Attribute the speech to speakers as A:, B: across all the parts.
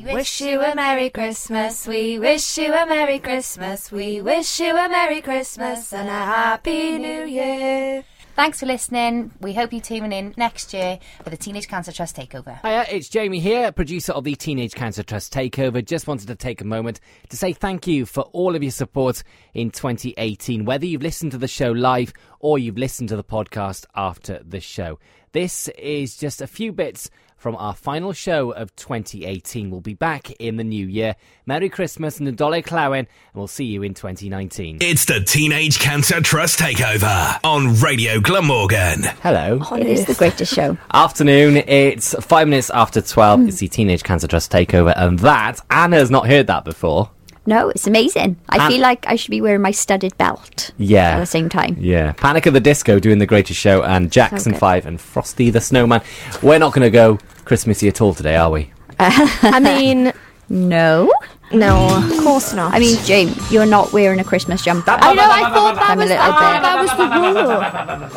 A: Wish you a Merry Christmas, we wish you a Merry Christmas, we wish you a Merry Christmas and a Happy New Year.
B: Thanks for listening. We hope you tune in next year for the Teenage Cancer Trust Takeover.
C: Hiya, it's Jamie here, producer of the Teenage Cancer Trust Takeover. Just wanted to take a moment to say thank you for all of your support in 2018, whether you've listened to the show live or you've listened to the podcast after the show. This is just a few bits from our final show of 2018. We'll be back in the new year. Merry Christmas, Ndole Clowen, and we'll see you in 2019.
D: It's the Teenage Cancer Trust Takeover on Radio Glamorgan.
C: Hello.
E: It is the greatest show.
C: Afternoon, it's five minutes after 12. It's the Teenage Cancer Trust Takeover, and that, Anna's not heard that before.
E: No, it's amazing. I
C: Um,
E: feel like I should be wearing my studded belt.
C: Yeah.
E: At the same time.
C: Yeah. Panic at the Disco doing the greatest show, and Jackson
E: good.
C: 5 and Frosty the Snowman. We're not going to go Christmassy at all today, are we?
F: I mean,
E: No.
F: no, of course not.
E: I mean, Jane, you're not wearing a Christmas jumper.
F: I know. I thought that
E: I'm a
F: was
E: little
F: I
E: bit-
F: thought that was the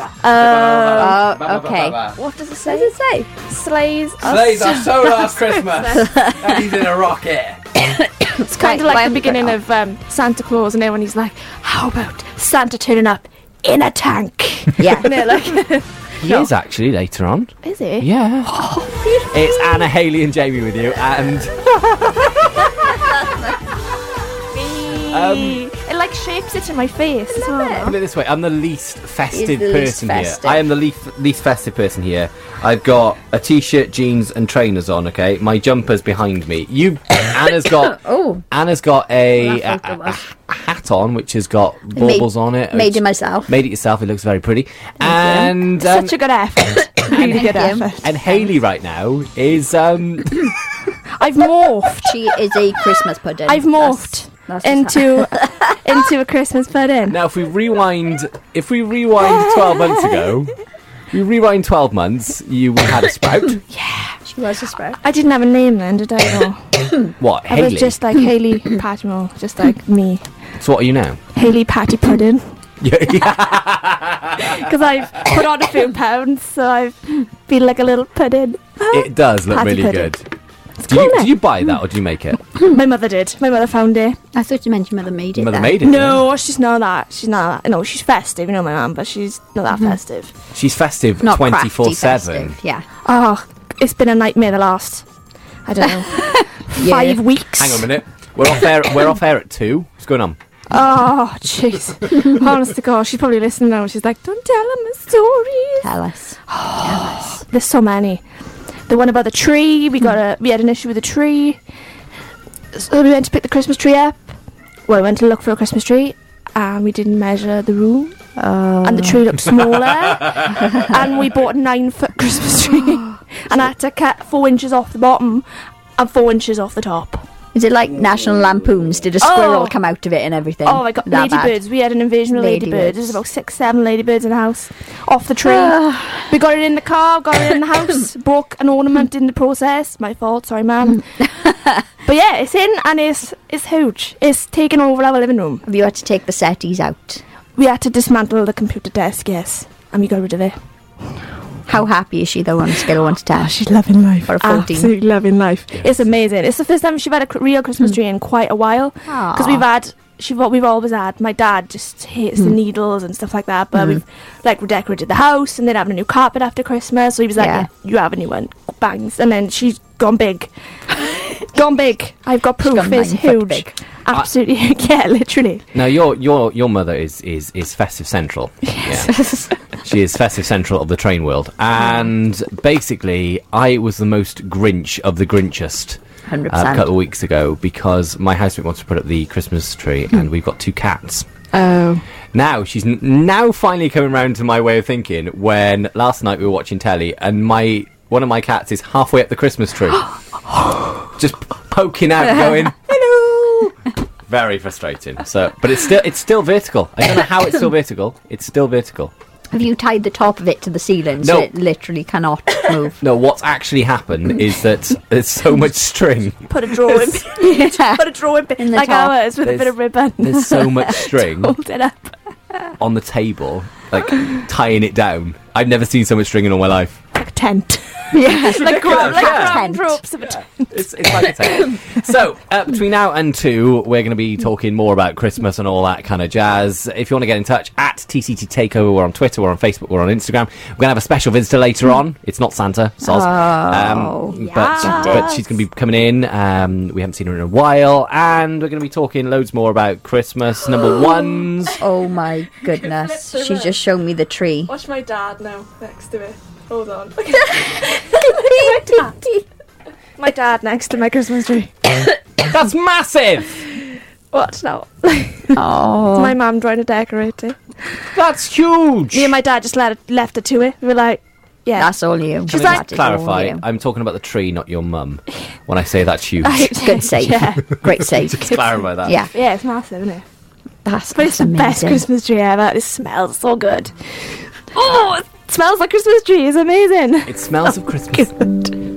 E: Oh,
F: rule.
E: okay.
F: What does it say? Does it say slays?
C: Plays our so last Christmas. and he's in a rocket.
F: It's kind of
E: Right, why
F: like
E: am
F: the
E: I
F: beginning
E: right
F: of um, Santa Claus, and everyone he's like, "How about Santa turning up in a tank?"
E: Yeah.
F: and they're like,
C: He is actually later on.
F: "Is it?"
C: Yeah. it's Anna, Haley, and Jamie with you, and. Um,
F: it like shapes it in my face as well.
C: Put it this way, I'm the least festive
E: the least
C: person
E: festive.
C: here.
G: I am the leaf, least festive person here. I've got a t-shirt, jeans, and trainers on. Okay, my jumper's behind me. You, Anna's got.
E: Oh.
C: Anna's got a,
E: Well, that's
C: a-
E: not
C: a- a hat on, which has got baubles on it.
E: Made
C: It's-
E: it myself.
C: Made it yourself. It looks very pretty. And um,
F: Such a good effort. really good
E: Thank you.
F: effort.
C: and Haley right now is um
F: I've morphed.
E: She is a Christmas pudding.
F: I've morphed
E: That's- that's just
F: into into a Christmas pudding.
C: now. If we rewind, if we rewind twelve months ago, we rewind twelve months. You had a sprout.
E: She was a sprout.
F: I didn't have a name then, did I? No.
C: what
F: I was
C: Haley?
F: just like Haley Patmore, just like me,
C: So what are you now?
F: Haley Patty Pudding.
C: yeah.
F: Because I've put on a few pounds, so I've been like a little pudding.
C: It does look
F: Patty
C: really
F: pudding.
C: good. Do you,
F: cool,
C: do you buy that or do you make it?
F: My mother did. My mother found it.
E: I thought you meant your mother made it.
C: Mother
E: then.
C: made it.
F: No, she's not that. She's not that. No, she's festive. You know my mum, but she's not that
C: Mm-hmm.
F: festive.
C: She's festive
E: Not
C: twenty four
E: crafty
C: seven.
E: festive, Yeah.
F: Oh, it's been a nightmare the last. I don't know. Five weeks.
C: Hang on a minute. We're off air. We're off air at two. What's going on?
F: Oh, jeez. Honest to God, she's probably listening now. and She's like, don't tell him my stories.
E: Tell us.
F: There's so many. The one about the tree. We got a. We had an issue with the tree. So we went to pick the Christmas tree up. Well, we went to look for a Christmas tree, and we didn't measure the room, and the tree looked smaller. and we bought a nine-foot Christmas tree, and I had to cut four inches off the bottom and four inches off the top.
E: Is it like National Lampoons? Did a squirrel
F: Oh.
E: come out of it and everything?
F: Oh my god,
E: That bad.
F: ladybirds. We had an invasion of ladybirds.
E: Ladybirds.
F: There's about six, seven ladybirds in the house. Off the tree. we got it in the car, got it in the house, broke an ornament in the process. My fault, sorry ma'am. but yeah, it's in and it's it's huge. It's taken over our living room.
E: Have you had to take the settees out?
F: We had to dismantle the computer desk, yes. And we got rid of it.
E: How happy is she though on a scale of 1 to 10?
F: She's loving life.
E: Or a 14.
F: Absolutely loving life. It's amazing. It's the first time she's had a cr- real Christmas tree in quite a while. Because
E: Aw.
F: we've had, she, what we've always had, my dad just hates the needles and stuff like that. But we've like redecorated the house and then having a new carpet after Christmas. So he was like,
E: Yeah.
F: "You have a new one, bangs." And then she's gone big, gone big. I've got proof.
E: gone
F: It's
E: nine foot
F: huge.
E: big.
F: Absolutely, yeah, literally.
C: Now your your your mother is is is festive central. Yes. she is festive central of the train world, and basically, I was the most Grinch of the Grinchest. uh,
E: 100%.
C: a couple of weeks ago because my housemate wants to put up the Christmas tree and we've got two cats.
F: Oh,
C: Now she's n- now finally coming round to my way of thinking. When last night we were watching telly, and my one of my cats is halfway up the Christmas tree, just poking out, going hello. Very frustrating. So, but it's still it's still vertical. I don't know how it's still vertical. It's still vertical.
E: Have you tied the top of it to the ceiling so
C: No.
E: it literally cannot move?
C: No, what's actually happened is that there's so much string.
F: put a drawing,
E: yeah.
F: put a drawing
E: In the
F: like
E: top.
F: ours with a bit
C: There's-
F: of ribbon.
C: There's so much string
F: Hold it up.
C: on the table, like tying it down. I've never seen so much string in all my life.
F: tent.
E: Yeah.
F: like gra-
C: ridiculous,
F: like
C: yeah.
F: ground
E: Tent.
F: ropes of a tent.
C: It's, it's like a tent. so, uh, between now and two, we're going to be talking more about Christmas and all that kind of jazz. If you want to get in touch, at TCT Takeover, we're on Twitter, we're on Facebook, we're on Instagram. We're going to have a special visitor later on. It's not Santa, Soz. Um,
E: Oh,
C: but, but she's going to be coming in. Um, we haven't seen her in a while. And we're going to be talking loads more about Christmas number ones.
E: Oh my goodness.
H: Flip through
E: She's
H: it.
E: just shown me the tree.
H: Watch my dad now next to it. Hold on.
F: My dad next to my Christmas tree.
C: That's massive!
F: What now?
E: Oh.
F: my mum trying to decorate it.
C: That's huge!
F: Me and my dad just let it, left it to it. We were like, yeah.
E: That's all you.
C: Can
E: She's
C: I just clarify? I'm talking about the tree, not your mum. When I say that's huge,
E: Good save.
F: Yeah.
E: Great save.
C: just clarify that.
E: Yeah.
F: yeah, it's massive, isn't it?
E: That's,
F: But it's
E: that's amazing.
F: the best Christmas tree ever. It smells so good. Oh, it smells like Christmas tree. It's amazing.
C: It smells of Christmas.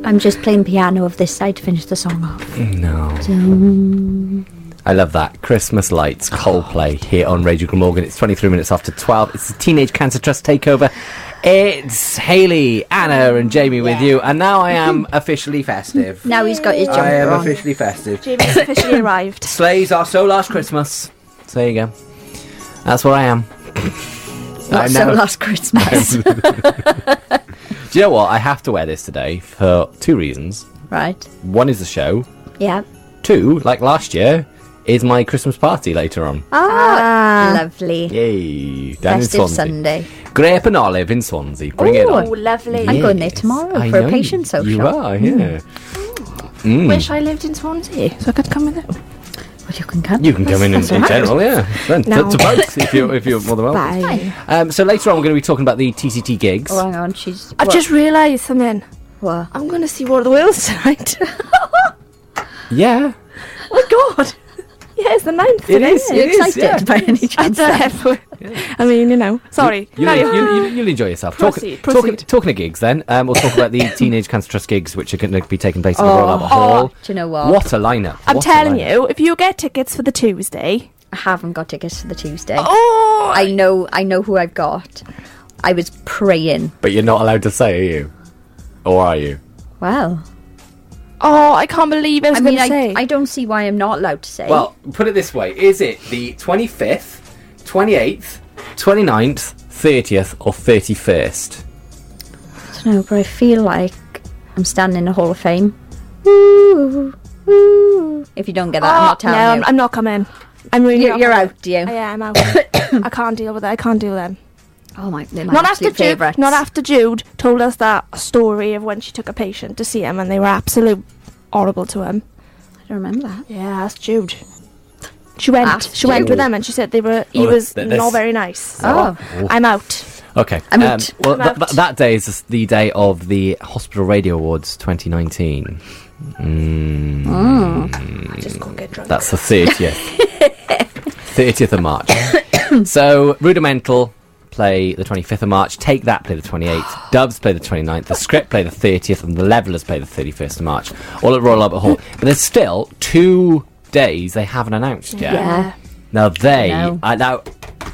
E: I'm just playing piano of this side to finish the song off.
C: No. I love that. Christmas Lights, Coldplay, here on Radio Glamorgan. It's 23 minutes after 12. It's the Teenage Cancer Trust takeover. It's Haley, Anna, and Jamie with you. And now I am officially festive.
E: Now he's got his jumper
C: I am
E: on.
C: officially festive.
F: Jamie's officially arrived.
C: Sleighs are so last Christmas. So there you go. That's what I am.
E: Not
C: I'm
E: so
C: now-
E: last Christmas.
C: Do you know what? I have to wear this today for two reasons.
E: right.
C: One is the show.
E: Yeah.
C: Two, like last year, is my Christmas party later on.
E: Uh, Lovely.
C: Yay! Down in
E: Ah. Festive
C: Swansea.
E: Sunday.
C: Grape and olive in Swansea. Bring it on.
F: lovely.
E: I'm going there tomorrow
C: I
E: for
C: know
E: a patient social. Hmm.
C: You are, yeah.
F: Wish I lived in Swansea so I could come with it.
E: Well, you can come.
C: You can come in in,
E: That's
C: in
E: all right.
C: general, yeah. Then
F: No.
C: to both if you're if you're more than welcome.
E: Fine.
C: Um, so later on, we're going to be talking about the TCT gigs.
E: Oh, hang on. She's.
F: I've
E: what-
F: just realised something.
E: what?
F: I'm going to see War of the Worlds tonight.
C: Yeah,
F: oh my god. Yeah, it's the ninth.
C: it
F: today,
C: is.
F: isn't
E: Are you
C: it is,
E: excited
C: yeah.
E: by any chance?
F: I mean, you know. Sorry.
C: You'll,
F: Carry on.
C: you'll, you'll, you'll enjoy yourself.
F: Proceed,
C: talk, talking,
F: proceed.
C: talking of gigs, then um, we'll talk about the Teenage Cancer Trust gigs, which are going to be taking place in the Royal Albert Hall.
E: Oh, do you know what?
C: What a lineup!
F: I'm
C: What a
F: telling
C: lineup.
F: you, if you get tickets for the Tuesday,
E: I haven't got tickets for the Tuesday.
F: oh,
E: I know. I know who I've got. I was praying.
C: But you're not allowed to say, are you? Or are you?
E: Well,
F: oh, I can't believe I was
E: I
F: going
E: mean,
F: to say.
E: I, I don't see why I'm not allowed to say.
C: Well, put it this way is it the 25th, 28th, 29th, 30th, or 31st?
E: I don't know, but I feel like I'm standing in the Hall of Fame. Ooh, ooh. If you don't get that, Ah, I'm
F: Oh,
E: not telling
F: no,
E: you.
F: I'm, I'm not coming. I'm really.
E: you're,
F: not
E: you're
F: coming.
E: out, do you?
F: Oh, yeah, I'm out. I can't deal with it. I can't deal with them.
E: Oh my, they're my
F: Not after
E: absolute
F: Jude.
E: favourites.
F: Not after Jude told us that story of when she took a patient to see him and they were absolute horrible to him.
E: I don't remember that.
F: Yeah, that's Jude. She went.
E: That's
F: she went
E: Jude.
F: with them and she said they were. He
C: Oh,
F: was
C: th-
F: not
C: this-
F: very nice. So
E: Oh.
F: I'm out.
C: Okay. Um,
E: I'm out.
C: well,
F: I'm
C: th- th-
F: out.
C: that day is just the day of the Hospital Radio Awards 2019.
F: Oh. Just go get drunk.
C: That's the 30th. 30th of March. so, Rudimental play the 25th of March, Take That play the 28th, Doves play the 29th, The Script play the 30th, and The Levelers play the 31st of March, all at Royal Albert Hall. But there's still two days they haven't announced yet.
E: Yeah.
C: Now, they
E: No.
C: are now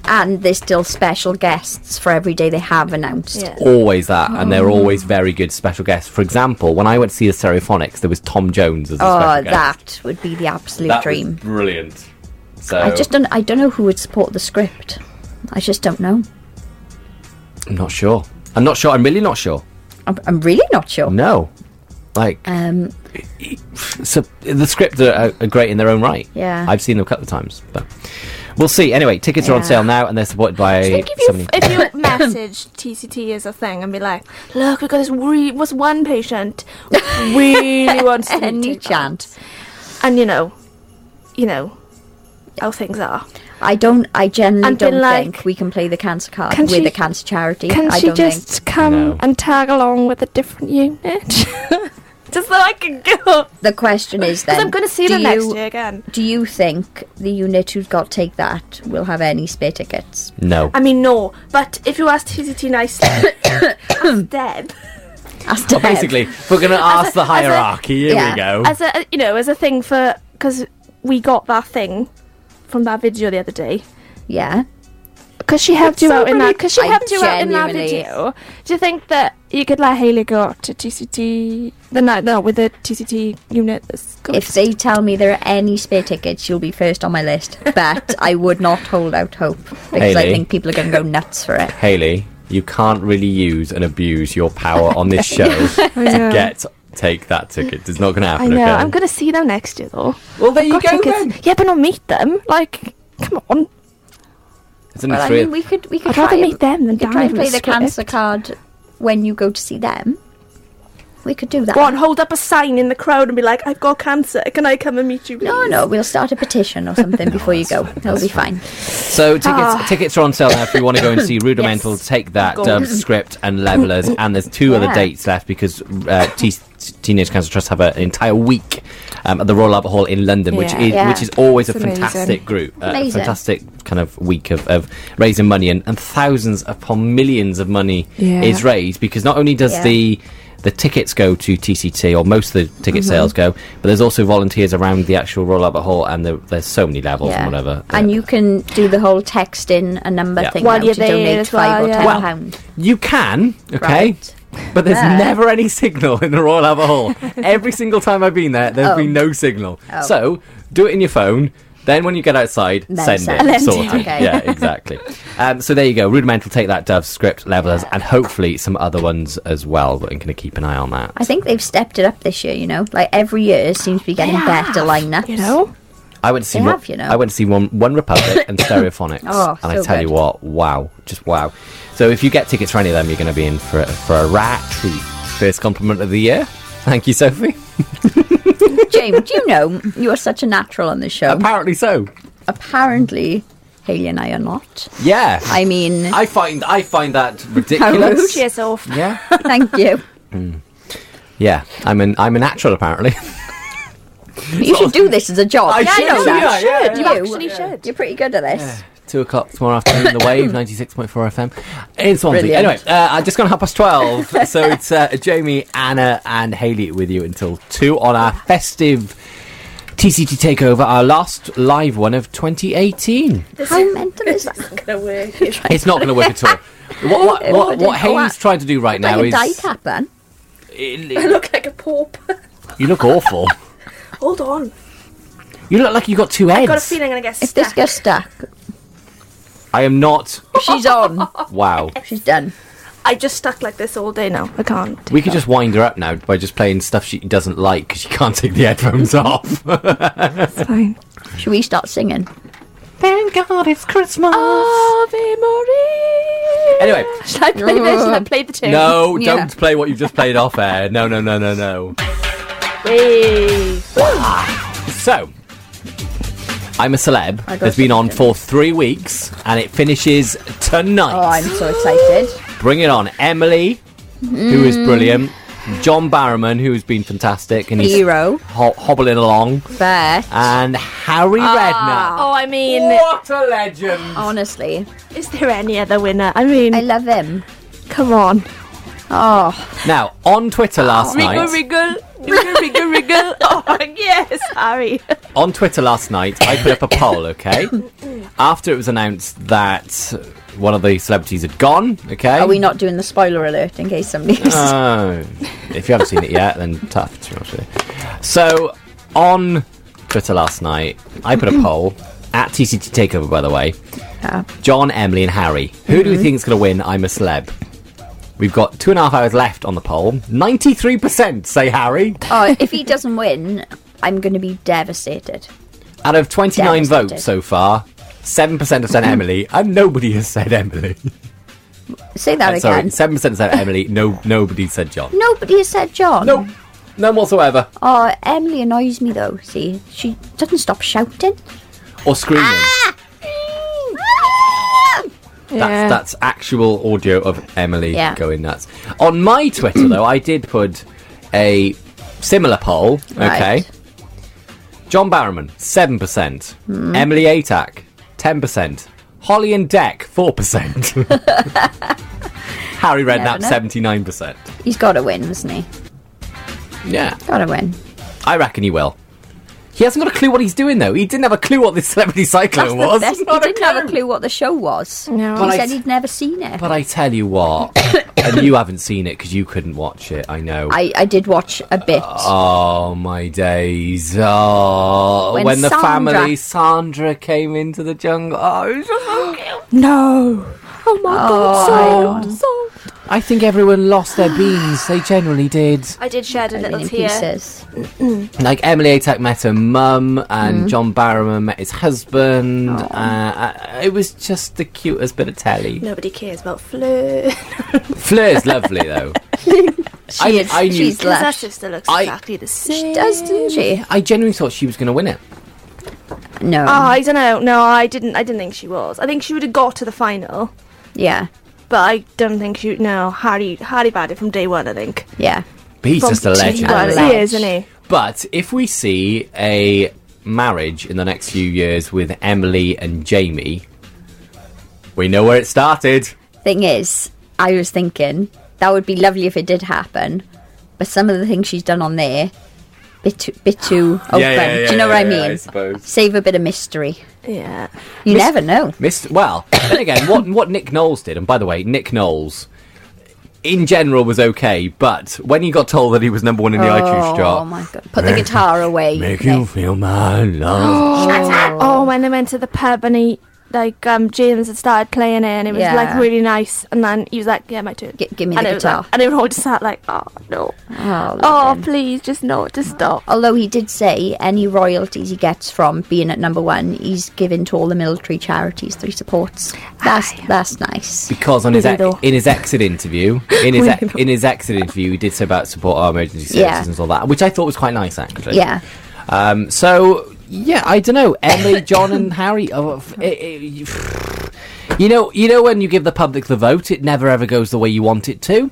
E: And there's still special guests for every day they have announced.
F: Yeah.
C: always that, and they're
E: Oh.
C: always very good special guests. For example, when I went to see the Stereophonics, there was Tom Jones as a
E: Oh,
C: special guest.
E: that would be the absolute
C: That was
E: dream.
C: brilliant. So,
E: I just don't. I don't know who would support the script. I just don't know.
C: I'm not sure. I'm not sure. I'm really not sure.
E: I'm, I'm really not sure.
C: No. Like,
E: Um,
C: so the script are, are, are great in their own right.
E: Yeah.
C: I've seen them a couple of times, but we'll see. Anyway, tickets are on
E: Yeah.
C: sale now, and they're supported by.
F: I think if you, if you message TCT as a thing and be like, look, we got this re- was one patient really wants to
E: any
F: take that."
E: chance?
F: and you know, you know how things are.
E: I don't. I generally
F: And been
E: don't
F: like,
E: think we can play the cancer card
F: "Can
E: with
F: she-
E: a cancer charity.
F: Can
E: I
F: she
E: don't
F: just come
C: No.
F: and tag along with a different unit? just so I can go. Because
E: think. The question is then.
F: I'm going to see
E: do
F: them
E: you,
F: next year again.
E: Do you think the unit who's got take that will have any spare tickets?
C: no.
F: I mean, no, but if you ask TCT nicely, ask Deb.
E: As to
C: Well, basically, if we're going to ask the hierarchy. Here
E: yeah,
C: we go.
F: as a you know as a thing for because we got that thing from that video the other day
E: yeah.
F: because she helped you
E: so
F: out in that
E: many-
F: because she
E: I
F: helped you out in that
E: genuinely-
F: video do you think that you could let Haley go up to TCT the night no, with the TCT unit. that's got-
E: If they tell me there are any spare tickets, you'll be first on my list. But I would not hold out hope because I
C: Hayley.
E: think people are going to go nuts for it.
C: Haley, you can't really use and abuse your power on this show to
F: know.
C: get take that ticket. It's not going to
F: I
C: happen.
F: know.
C: Okay.
F: I'm going to see them next year though.
C: well, there you
F: Got
C: go.
F: tickets.
C: Then.
F: Yeah, but not meet them. Like, come on.
C: It's an
E: Well, I
C: thrill.
E: mean, we could we could
F: I'd
E: try
F: rather
E: and-
F: meet them than
E: we could try
F: Danny.
E: and
F: from
E: play the
F: Script.
E: cancer card when you go to see them. We could do that.
F: Go on, hold up a sign in the crowd and be like, "I've got cancer. Can I come and meet you?" Please?
E: No, no, we'll start a petition or something before you go. That'll be fine.
C: So tickets
E: Ah.
C: tickets are on sale now if you want to go and see Rudimental, take that Dove script and levelers, and there's two other
E: Yeah.
C: dates left because uh, T- Teenage Cancer Trust have a, an entire week um, at the Royal Albert Hall in London, which
E: Yeah.
C: is
E: Yeah.
C: which is always
F: It's
C: a
F: amazing.
C: fantastic group, uh, a
E: Amazing.
C: fantastic kind of week of, of raising money, and, and thousands upon millions of money
F: Yeah.
C: is raised because not only does
E: Yeah.
C: the the tickets go to TCT, or most of the ticket
E: Mm-hmm.
C: sales go, but there's also volunteers around the actual Royal Albert Hall, and there, there's so many levels and whatever.
E: And
C: Uh,
E: you can do the whole text in a number
C: Yeah.
E: thing
F: While
E: now
F: you're
E: to
F: there
E: donate
F: as well,
E: five or
F: yeah.
E: ten
C: Well,
E: pounds.
C: You can, okay?
E: Right.
C: But there's
E: Yeah.
C: never any signal in the Royal Albert Hall. Every single time I've been there, there's
E: Oh.
C: been no signal.
E: Oh.
C: So do it in your phone. Then when you get outside,
E: Then
C: send,
E: send
C: it.
E: it.
C: Sort it.
E: Okay.
C: Yeah, exactly. Um, so there you go. Rudimental, take that Dove script, levelers, and hopefully some other ones as well. But I'm going to keep an eye on that.
E: I think they've stepped it up this year. You know, like every year it seems to be getting better lineups.
F: You know,
C: I went to see
E: They
C: Ro-
E: have, you know.
C: I went to see one One Republic and Stereophonics,
E: Oh,
C: and I
E: so
C: tell you
E: good.
C: what, wow, just wow. So if you get tickets for any of them, you're going to be in for a- for a rat treat. First compliment of the year. Thank you, Sophie.
E: James, do you know you are such a natural on this show?
C: Apparently so.
E: Apparently, Haley and I are not.
C: Yeah.
E: I mean,
C: I find I find that ridiculous.
F: cheers off.
C: Yeah.
E: thank you.
C: Yeah. I'm an I'm a natural apparently.
E: You should do this as a job.
C: I
E: you
C: should,
E: know
C: yeah,
E: that.
C: yeah, yeah.
E: You
F: actually should.
E: You're pretty good at this.
C: Two o'clock tomorrow afternoon, the wave ninety six point four FM in Swansea.
E: Brilliant.
C: Anyway, uh, I just gone half past twelve, so it's uh, Jamie, Anna, and Haley with you until two on our festive TCT takeover, our last live one of twenty eighteen.
E: How mental is that?
H: Gonna work. It's
C: It's not going to work at all. What what, what, what
E: Oh, I-
C: Haley's trying to do right now
E: like a die
C: is
E: cap then.
H: I look like a pauper.
C: you look awful.
F: Hold on.
C: You look like you got two heads.
F: Got a feeling I'm gonna get
E: If this
F: stuck.
E: gets stuck,
C: I am not.
E: she's on.
C: Wow.
E: She's done.
F: I just stuck like this all day now. I can't.
C: We could just wind her up now by just playing stuff she doesn't like because she can't take the headphones off.
F: It's fine.
E: Should we start singing?
C: Thank God it's Christmas.
F: Ave Maria.
C: Anyway,
F: Should I play this? Should I play the tune?
C: no,
E: Yeah.
C: don't play what you've just played off air. No, no, no, no, no.
F: Wait.
C: So, I'm a celeb.
E: I got
C: That's been on for three weeks and it finishes
E: Oh, I'm
C: tonight.
E: so excited.
C: Bring it on, Emily, who is
E: Mm.
C: brilliant. John Barrowman, who has been fantastic and he's
E: Hero.
C: ho- hobbling along.
E: But
C: And Harry
E: Ah.
F: Oh, I mean,
C: Redknapp. What a legend!
E: honestly,
F: is there any other winner? I mean,
E: I love him.
F: come on.
E: Oh,
C: Now, on Twitter last
F: Wriggle,
C: night,
F: wriggle, wriggle, wriggle, wriggle. Oh, yes, Harry.
C: on Twitter last night, I put up a poll, okay? After it was announced that one of the celebrities had gone, okay?
E: are we not doing the spoiler alert in case somebody?
C: Oh. if you haven't seen it yet, then tough, to be honest with you. So, on Twitter last night, I put a poll, at TCT Takeover, by the way. John, Emily, and Harry. Who
E: Mm-hmm.
C: do we think is going to win I'm a Celeb? We've got two and a half hours left on the poll. 93% say Harry.
E: oh, if he doesn't win, I'm going to be devastated.
C: Out of 29
E: Devastated.
C: votes so far, 7% have said Emily, and nobody has said Emily.
E: Say that
C: Uh, Sorry,
E: again.
C: 7% have said Emily, no, nobody said John.
E: Nobody has said John.
C: No, none whatsoever.
E: Oh, Emily annoys me though. See, she doesn't stop shouting.
C: Or screaming.
E: Ah!
F: Yeah.
C: That's, that's actual audio of Emily
E: Yeah.
C: going nuts. On my Twitter, though, I did put a similar poll, okay?
E: Right.
C: John Barrowman, 7%.
E: Hmm.
C: Emily Atack, 10%. Holly and Deck, 4%. Harry Redknapp,
E: know.
C: 79%.
E: He's got to win, isn't he?
C: Yeah.
E: Got to win.
C: I reckon he will. He hasn't got a clue what he's doing though. He didn't have a clue what this celebrity
E: That's
C: cyclone
E: the
C: was.
E: best. He
C: Not
E: didn't have a clue what the show was.
F: No.
E: He
C: But I-
E: said he'd never seen it.
C: But I tell you what, and you haven't seen it because you couldn't watch it. I know.
E: I, I did watch a bit.
C: Oh my days! Oh, when,
E: When
C: the
E: Sandra-
C: family Sandra came into the jungle. Oh, it was just so cute.
F: No. Oh my god, so, so.
C: I think everyone lost their beans. They generally did.
B: I did shed a
E: I mean,
B: little
E: in
B: tear.
E: pieces.
C: Like Emily Atack met her mum,
E: Mm.
C: and John Barrowman met his husband. Uh,
E: Oh.
C: I- it was just the cutest bit of telly.
B: Nobody cares about Fleur.
C: Fleur's lovely though.
E: She
C: I-
E: is,
C: I knew-
E: she's
B: Because that
E: left.
B: sister looks
C: I-
B: exactly the
E: She
B: same.
E: does, doesn't she?
C: I genuinely thought she was going to win it.
E: No.
F: Oh,
C: Ah.
F: I don't know. No, I didn't. I didn't think she was. I think she would have got to the final,
E: yeah.
F: but I don't think she. No, Harry. Harry bad it from day one. I think.
E: Yeah.
C: But he's
F: From
C: just a legend.
E: Well,
F: But
C: isn't
E: Legend.
C: he?
F: he is, isn't he?
C: But if we see a marriage in the next few years with Emily and Jamie, we know where it started.
E: Thing is, I was thinking that would be lovely if it did happen, but some of the things she's done on there, bit too, bit too open. Oh, Do you know what I mean?
C: suppose.
E: Save a bit of mystery.
F: Yeah.
E: You never know.
C: Missed, well, then again, what what Nick Knowles did, and by the way, Nick Knowles in general was okay, but when he got told that he was number one in the iTunes
E: oh
C: chart,
E: my god! Put the guitar away.
C: make you feel my love.
F: Oh, when they went to the pub and he, like, um, James had started playing it and it was
E: Yeah.
F: like really nice, and then he was like, "Yeah, my turn."
E: Gi- give me
F: and
E: the
F: it was
E: guitar.
F: Like, and everyone just sat like, "Oh no,
E: Oh,
F: oh
E: lovely.
F: please, just no, just stop."
E: Although he did say any royalties he gets from being at number one, he's given to all the military charities that he supports. That's that's nice.
C: Because on his ex-
F: Weirdo.
C: in his exit interview, in his ex- in his exit interview, he did say about support our emergency services
E: Yeah.
C: and all that, which I thought was quite nice actually.
E: Yeah,
C: Um, so yeah, I don't know. Emily, John, and Harry. Oh, f- eh, eh, you- you know, you know when you give the public the vote, it never ever goes the way you want it to.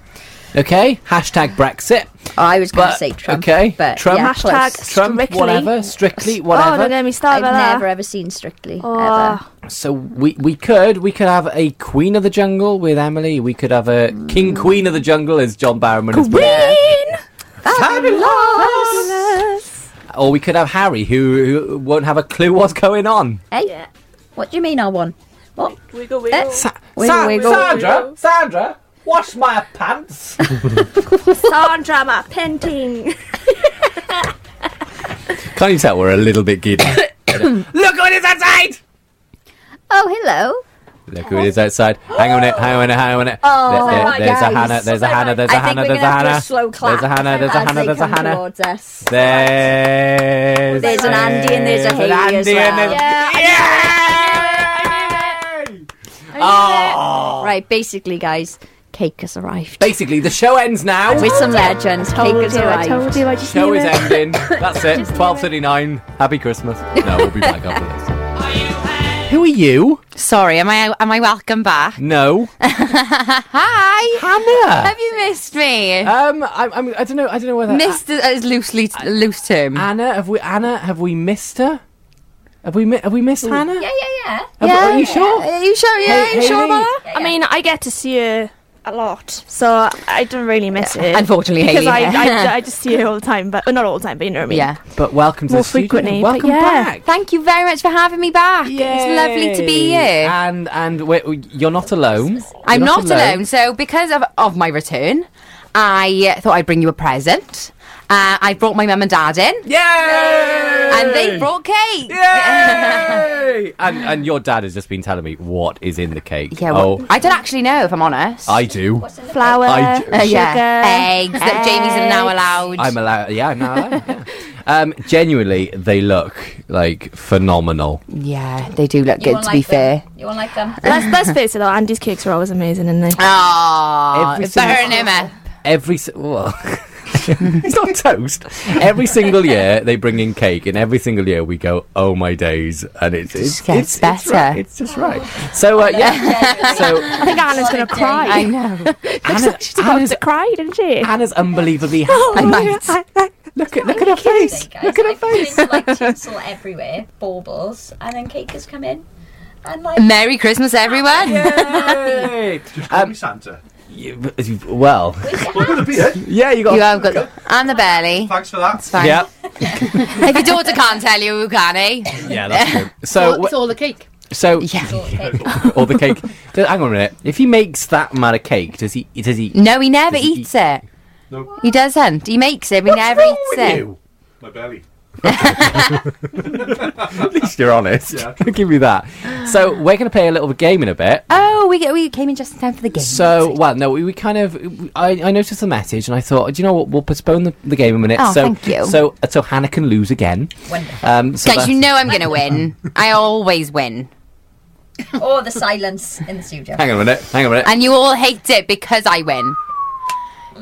C: Okay, hashtag Brexit.
E: oh, I was going
C: But-
E: to say Trump.
C: okay,
E: but
C: Trump.
E: yeah,
F: Hashtag
E: close.
C: Trump,
F: Strictly.
C: whatever, strictly,
F: Oh, don't
C: whatever.
F: get me
E: I've
F: started about that.
E: never ever seen Strictly
F: Oh.
E: ever.
C: so we we could we could have a Queen of the Jungle with Emily. We could have a
E: Mm.
C: King Queen of the Jungle as John Barrowman. is-
F: Oh,
C: Or we could have Harry, who, who won't have a clue what's going on.
E: Hey, what do you mean I won? What?
H: Wiggle, wiggle.
E: Eh? Wiggle, wiggle.
H: Sandra,
C: Sandra, wash my pants.
F: Sandra, my painting.
C: Can't you tell we're a little bit giddy? Look who it is outside!
E: Oh, hello.
C: Look who it is outside. Hang on a minute, hang on a minute, hang on a minute.
E: Oh,
C: There- there- there's
E: guys.
C: a Hannah, there's a Hannah, there's a
E: I think
C: Hannah,
E: we're
C: there's
E: gonna
C: a
E: have to do
C: Hannah.
E: a slow clap.
C: There's a Hannah, there's a
E: as
C: Hannah,
E: they
C: there's a
E: come
C: Hannah.
E: towards us.
C: There's
E: There's an Andy and there's a
C: an
E: Hayley as
C: Andy and
E: well.
C: there's- Yay! Oh.
E: Right, basically, guys, cake has arrived.
C: Basically, the show ends now.
E: With some legends, cake has
F: I
E: arrived.
F: told you, I just
C: show
F: knew
C: is
F: it.
C: ending. That's it. 12.39. Happy Christmas. No, we'll be back after this. Who are you?
A: Sorry, am I am I welcome back?
C: No.
A: Hi.
C: Hannah.
A: Have you missed me?
C: Um, I, I'm, I don't know. I don't know whether
A: missed is uh, is loosely t- loose term.
C: A- Anna. Have we Anna? Have we missed her? Have we mi- have we missed Hannah?
E: Yeah, yeah, yeah.
C: Have- are you sure?
A: Are you sure? Yeah,
C: Hey,
A: you sure
C: Hayley.
A: about that?
F: I mean, I get to see her a lot, so I don't really miss it.
A: Unfortunately,
F: because
A: Hayley.
F: I, I, I just see her all the time, but well, not all the time, but you know what I mean.
A: yeah.
C: But welcome to
F: More
C: the studio.
F: frequently, but
C: Welcome
F: yeah.
C: back.
A: Thank you very much for having me back. It's lovely to be
C: Yay.
A: here.
C: And and we you're not alone.
A: I'm
C: You're
A: not, alone. So, because of, of my return, I uh, thought I'd bring you a present. Uh, I brought my mum and dad in,
C: Yay!
A: and they brought cake.
C: Yay! and and your dad has just been telling me what is in the cake.
A: Yeah, well,
C: oh,
A: I don't actually know if I'm honest.
C: I do.
F: flour,
C: I do.
A: Uh,
F: sugar,
A: yeah, eggs that Jamie's are now
F: eggs.
A: allowed.
C: I'm allowed. Yeah, I'm now allowed. yeah. Um, genuinely, they look like phenomenal.
A: yeah, they do look
E: You
A: good.
E: won't
A: To be
E: like them.
A: fair.
E: You won't like them.
F: Let's, let's face it though, Andy's cakes are always amazing, aren't they?
A: Oh,
C: Every
A: burn
C: single-
A: him up.
C: every si- well, it's not toast. Every single year they bring in cake, and every single year we go, "Oh my days!" And it's it's,
A: just gets
C: it's, it's
A: better.
C: right, It's, just right. So uh, yeah, so
F: I think Anna's gonna cry.
A: I know.
C: Anna,
F: She's about
C: Anna's,
F: to cry, Oh, didn't she?
C: Anna's unbelievably happy.
A: I might.
C: Look at look at her face. Look at her face.
E: like tinsel everywhere, baubles, and then cake has come in. And like,
A: Merry Christmas, everyone.
C: Yay.
I: Just call me Santa.
C: You- well, yeah, you got.
A: You have got and the belly.
I: Thanks for that.
A: Fine.
C: Yeah,
A: If your daughter can't tell you, who can eh?
C: yeah, that's true. So,
J: it's all the cake.
C: wh- so
A: Yeah.
C: or the cake. Just- Hang on a minute. If he makes that amount of cake, does he? Does he?
A: No, he never
C: Does he
A: eats it. He doesn't. He makes it, but he never eats it.
I: My belly.
C: At least you're honest.
I: Yeah.
C: Give me that. So we're going to play a little game in a bit.
A: Oh, we we came in just in time for the game.
C: So, well, no, we, we kind of. I, I noticed the message, and I thought, do you know what? We'll postpone the, the game a minute.
A: Oh,
C: so,
A: thank you.
C: So, so Hannah can lose again. Wonderful. Um, so
A: guys, you
C: that's-
A: know I'm gonna win. I always win,
E: Or the silence in the studio.
C: Hang on a minute. Hang on a minute.
A: and you all hate it because I win.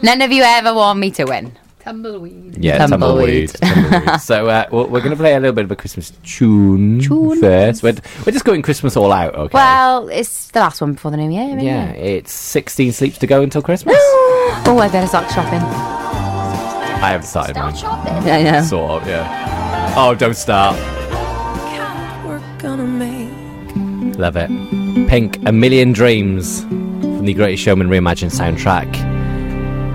A: None of you ever want me to win.
J: Tumbleweed.
C: yeah,
A: Tumbleweed.
C: tumbleweed. tumbleweed. so uh, we're, we're going to play a little bit of a Christmas tune, first. We're, we're just going Christmas all out, okay?
A: Well, it's the last one before the new year. Isn't
C: yeah,
A: It?
C: it's 16 sleeps to go until Christmas.
A: Oh, I better start shopping.
C: I have started mine.
E: shopping.
A: I know.
C: Sort of, yeah. Oh, don't start. Love it. Pink, A Million Dreams from the Greatest Showman Reimagined soundtrack.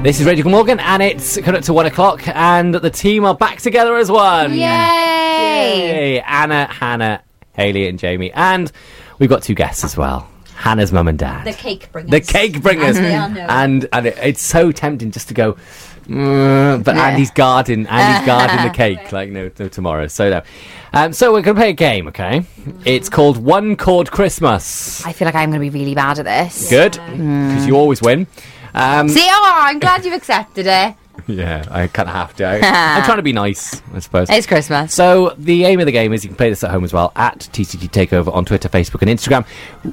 C: This is Rachel Morgan, and it's coming up to one o'clock, and the team are back together as one.
A: Yay!
C: Yay! Anna, Hannah, Haley, and Jamie. And we've got two guests as well Hannah's mum and dad.
E: The cake bringers.
C: The cake bringers.
E: As they are known.
C: And and it, it's so tempting just to go, "Mm," but
A: Yeah.
C: Andy's guarding Andy's guarding the cake like no, no tomorrow. So no. Um, so we're gonna play a game, okay? It's called One Chord Christmas.
A: I feel like I'm gonna be really bad at this.
C: Good, because you always win. Um,
A: See, oh, I'm glad you've accepted it.
C: yeah, I kind of have to. I, I'm trying to be nice, I suppose.
A: It's Christmas.
C: So the aim of the game is you can play this at home as well at TCG Takeover on Twitter, Facebook, and Instagram.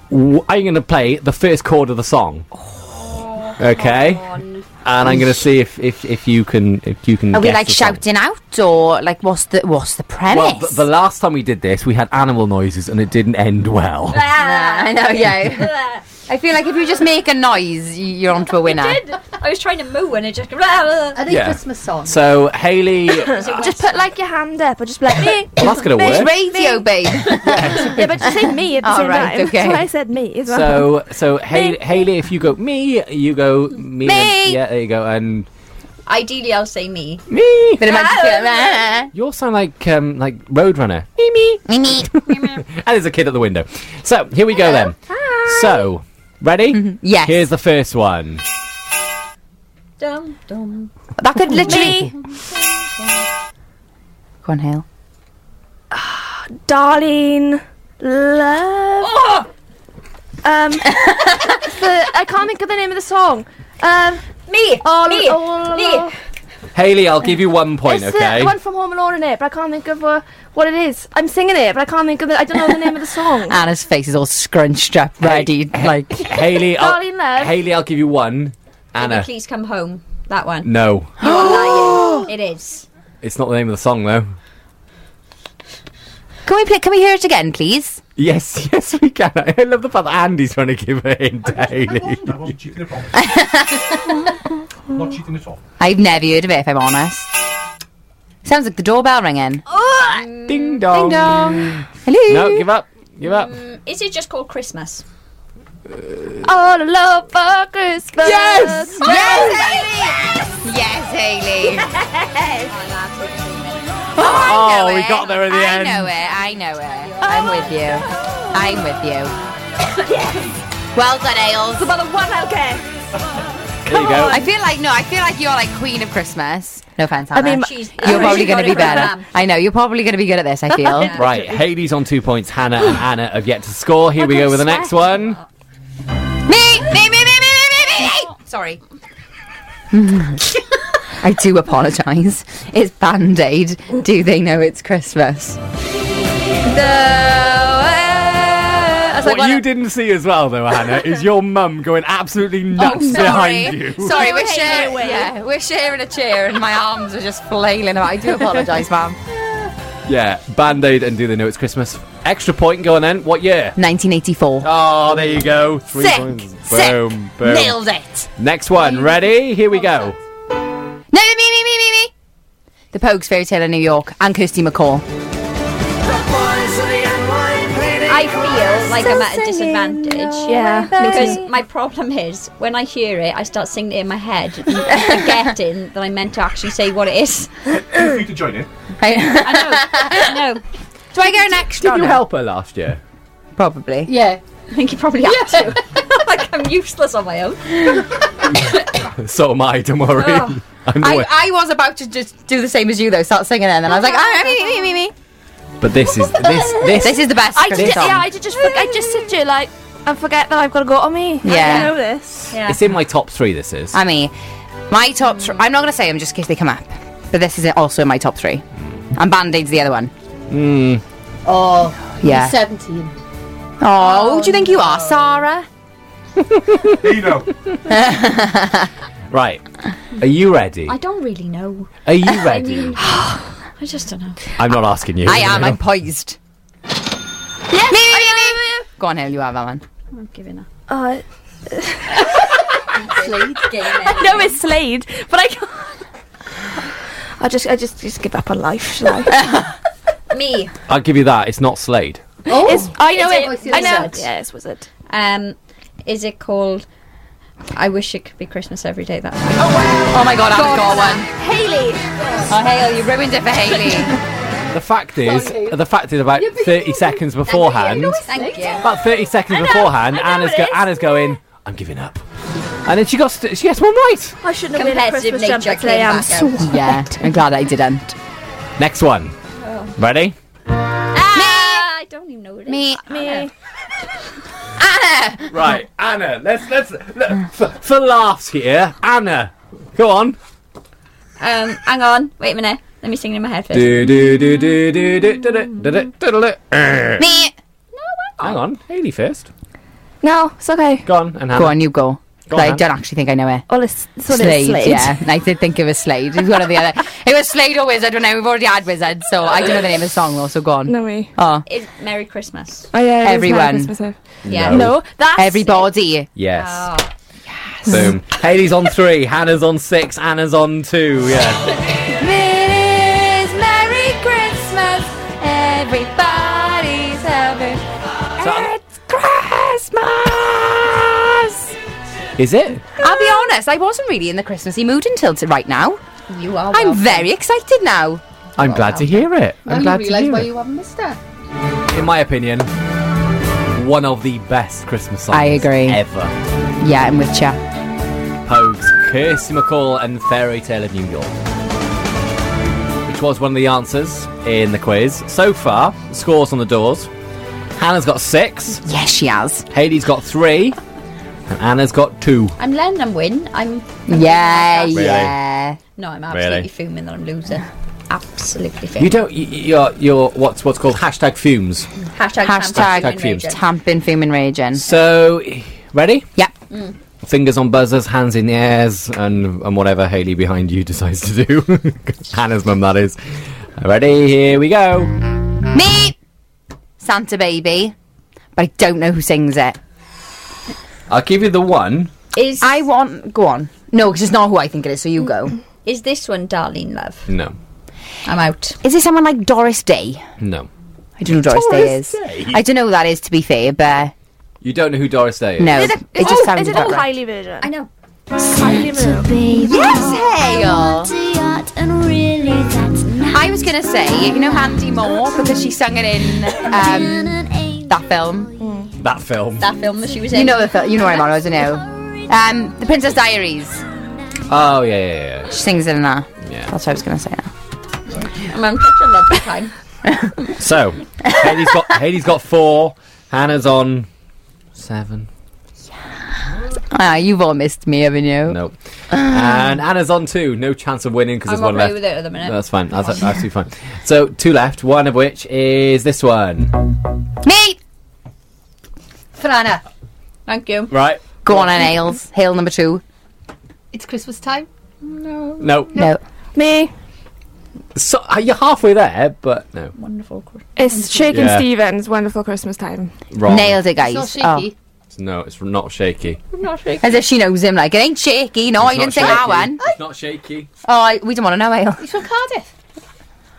C: W- I'm going to play the first chord of the song.
A: Oh,
C: Okay, and I'm going to see if, if, if you can if you can.
A: Are we
C: guess
A: like
C: the song.
A: shouting out or like what's the what's the premise?
C: Well, th- the last time we did this, we had animal noises, and it didn't end well.
A: Nah, I know, yeah. I feel like if you just make a noise, y- you're onto a winner.
E: I was trying to moo and it just. Blah,
J: Are they
C: Yeah.
J: Christmas songs?
C: So Haley,
F: Just put like your hand up or just be like me.
C: that's going to work.
A: Radio, babe.
F: yeah, but just say me at the
A: All
F: same
A: right,
F: time.
A: okay.
F: That's why I said me as well.
C: So so Haley, Haley, if you go me, you go me. and-
A: Me.
C: yeah, there you go, and
E: Ideally, I'll say me.
C: me.
A: But it might just be like,
C: You all sound like um, like Roadrunner. Me me.
A: "Meh, meh, meh."
C: and there's a kid at the window. So here we go then. So ready?
A: yes.
C: Here's the first one.
E: Dum dum.
A: that could literally. Go on, Hale.
F: Darling, love.
E: Oh,
F: Um, the, I can't think of the name of the song. Um,
A: Oh,
E: Me.
F: all,
E: me.
F: all,
E: me.
F: all-
C: Haley, I'll give you one point,
F: it's
C: okay?
F: the one from Home Alone in it, but I can't think of uh, what it is. I'm singing it, but I can't think of it. I don't know the name of the song.
A: Anna's face is all scrunched up, ready. like,
C: Haley, I'll,
F: Darling, love.
C: Haley, I'll give you one. Anna.
E: Please come home. That one.
C: No,
E: It is.
C: it's not the name of the song though.
A: can we play? Can we hear it again, please?
C: Yes, yes, we can. I love the fact that Andy's trying to give a hint to Haley.
I: I wasn't cheating at all. Not cheating at all.
A: I've never heard of it, if I'm honest. Sounds like the doorbell ringing.
C: Ding dong.
A: Hello.
C: No, give up. Give up.
E: Is it just called Christmas?
F: All alone for Christmas.
C: Yes!
A: Yes, Haley.
C: Oh,
A: Oh, know
C: we
A: it.
C: got there in the
A: I
C: end.
A: know it. I know it. I'm with you. I'm with you. Well done, Ailes.
F: Another one, okay.
C: There you go.
A: I feel like no. I feel like you're like queen of Christmas. No offense, Hannah.
F: mean,
E: She's.
A: you're probably going
E: she's got
A: to be
E: it from
A: better.
E: Ram.
A: I know you're probably going to be good at this. I feel.
C: Right, Haley's on two points. Hannah and Anna have yet to score. Here we go with the next one.
A: me, me, me, me, me, me, me, me. Sorry. I do apologise. It's Band Aid. Do they know it's Christmas?
E: I was like,
C: What
E: what
C: you
E: a-
C: didn't see as well, though, Hannah, is your mum going absolutely
A: Oh,
C: nuts behind you.
A: Sorry, we're sharing. Yeah, we're sharing a chair, and my arms are just flailing about. I do apologise, ma'am.
C: Yeah, Band Aid and Do They Know It's Christmas. Extra point going in. What year?
A: 1984.
C: Oh, there you go. Three
A: Sick,
C: points.
A: sick.
C: Boom, boom.
A: Nailed it.
C: Next one. Ready? Here we go.
A: No, me, me, me, me, me. The Pogues Fairy Tale in New York and Kirsty McCall.
F: I
E: I feel like I'm at a
A: oh
E: disadvantage.
F: Yeah, me
E: Because my problem is when I hear it, I start singing it in my head, and forgetting that I meant to actually say what it is.
I: Feel free to join in.
E: I know. No,
A: Do I get an extra?
C: Did you
A: now?
C: help her last year?
A: Probably.
H: Yeah.
E: I think you probably have to. like I'm useless on my own.
C: so am I. Don't worry.
E: Oh.
C: I'm the
A: I,
C: worst.
A: I was about to just do the same as you though, start singing it, and then I was like, ah, me, me, me, me.
C: But this is this this.
A: This is the best.
F: I
A: Christmas
F: just,
A: song.
F: yeah, I did just, forg- I just said to you, like, and forget that I've got to go on me.
A: Yeah.
F: I know this.
E: Yeah.
C: It's in my top three. This is.
A: I mean, my top. Tr- I'm not gonna say them just in case they come up, but this is also in my top three. And Band Aid's the other one.
C: Hmm.
H: Oh,
A: Yeah.
H: seventeen.
A: Oh, who do you think you are, Sarah?
I: There you go.
C: Right. Are you ready?
E: I don't really know.
C: Are you ready?
E: I just don't know.
C: I'm not asking you.
A: I am. I'm poised. Yes. Me, me, me, me, me. Go on, Hill. You have that one.
E: I'm giving up.
F: Oh,
E: Played game. eh?
F: no, it's Slade, but I can't. I just, I just, just give up on life, shall I?
E: Me.
C: I'll give you that. It's not Slade.
E: Oh.
F: It's- I know
E: It's
F: it.
E: a
F: I know.
E: wizard.
F: Yeah, it's wizard.
E: Um, is it called? I wish it could be Christmas every day. That one.
A: Oh my God, I haven't got one.
E: Haley.
A: Oh, Hale, you ruined it for Haley.
C: The fact is,
H: Sorry.
C: the fact is about 30 seconds beforehand.
E: Thank you.
C: About 30 seconds beforehand, Anna's, go- Anna's going, I'm giving up. And then she got st- she gets one right.
F: I shouldn't have been a
E: Competitive
F: Christmas
E: nature
F: jumper
E: came
F: today. I'm
E: back out.
F: so
A: yeah, I'm glad I didn't.
C: Next one.
A: Oh.
C: Ready?
E: Ah, I don't even know what it is.
A: Me.
E: Anna.
A: Anna.
C: Right, Anna. Let's let's let, for, for laughs here. Anna, go on.
E: Um, hang on. Wait a minute. Let me sing it in my head first.
C: Do do do do do do do do do do do. Hang
A: Me.
C: on, Haley first.
F: No, it's okay.
C: Go on and Hannah.
A: Go on, you go. 'Cause
C: on,
A: I
C: Hannah.
A: don't actually think I know it.
F: Well, Oh, it's, it's all
A: Slade,
F: it's Slade.
A: yeah. I did think it was Slade. It was one or the other. It was Slade or Wizard, and now we've already had Wizard, so I don't know the name of the song though. So go on.
F: No way.
A: Oh,
E: It's Merry Christmas.
F: Oh, yeah, it is Merry
A: Everyone.
F: Christmas Eve.
E: Yeah.
F: No, that's
A: everybody.
C: Yes.
E: Oh.
C: Boom. Haley's on three. Hannah's on six. Anna's on two. Yeah.
B: It is Merry Christmas. Everybody's having.
C: So-
B: It's Christmas.
C: is it?
A: I'll be honest, I wasn't really in the Christmassy mood until t- right now.
E: You are.
A: I'm
E: welcome.
A: very excited now.
C: I'm glad to hear it. I'm
H: Now
C: glad
H: you realise
C: to hear
H: why
C: it.
H: you haven't missed her.
C: in my opinion, one of the best Christmas songs
A: I agree.
C: ever.
A: Yeah, I'm with you.
C: Pogues, Kirsty McCall, and Fairy Tale of New York. Which was one of the answers in the quiz. So far, scores on the doors. Hannah's got six,
A: Yes, she has.
C: Haley's got three, and Anna's got two.
E: I'm letting them win. I'm.
A: Yeah,
E: Really?
A: yeah.
E: No, I'm absolutely
C: Really?
E: fuming that I'm losing. Absolutely
C: You
E: fuming.
C: don't. y- y- You're. You're. What's what's called hashtag fumes.
E: Hashtag.
A: Hashtag
E: Hashtag.
C: fumes.
E: fumes.
A: Tamping, fuming, raging.
C: So, ready?
A: Yeah.
E: Mm.
C: Fingers on buzzers, hands in the airs, and and whatever Haley behind you decides to do. Hannah's mum, that is. Ready? Here we go.
A: Me, Santa Baby. But I don't know who sings it.
C: I'll give you the one.
E: Is
A: I want. Go on. No, because it's not who I think it is, so you go.
E: is this one, Darlene Love?
C: No,
E: I'm out.
A: Is it someone like Doris Day?
C: no.
A: I don't know who Doris, Day is. I don't know who that is, to be fair, but
C: You don't know who Doris Day is?
A: no.
F: Is
A: It,
F: it, a, is,
A: just
F: it,
A: sounds
F: is it a
A: about right.
F: Kylie version?
E: I know.
F: Kylie version.
A: Yes, Hale!
B: and really that's
A: I was gonna say, you know, Handy Moore because she sung it in um, that film.
C: That film.
E: That film that she was in.
A: You know the film. You know what I'm on, isn't you? Um, the Princess Diaries.
C: Oh yeah, yeah,
A: She sings it in that.
C: Yeah.
A: That's what I was gonna say.
E: I'm having such a lovely time.
C: yeah. So Haley's got Haley's got four. Hannah's on seven.
A: Ah, you've all missed me, haven't you?
C: No. And Anna's on two. No chance of winning because there's
E: I'm
C: one
E: alright
C: left.
E: with it at the minute.
C: That's fine. That's absolutely fine. So two left. One of which is this one.
A: Me. Franna.
E: Thank you.
C: Right.
A: Go on, and Hales. Hale number two.
H: It's Christmas time.
C: No.
A: No.
F: Me.
C: So uh, you're halfway there, but no.
E: Wonderful.
F: It's Shaking
C: Yeah.
F: Stevens. Wonderful Christmas time.
C: Wrong.
A: Nailed it, guys.
H: It's not shaky.
C: No, it's not shaky.
E: I'm not sure.
A: Oh. As if she knows him. Like it ain't shaky. No,
C: It's
A: you
C: not
A: didn't sing that
C: shaky.
A: one.
C: It's not shaky.
A: Oh, I, we don't want to know Hale.
H: It's from Cardiff.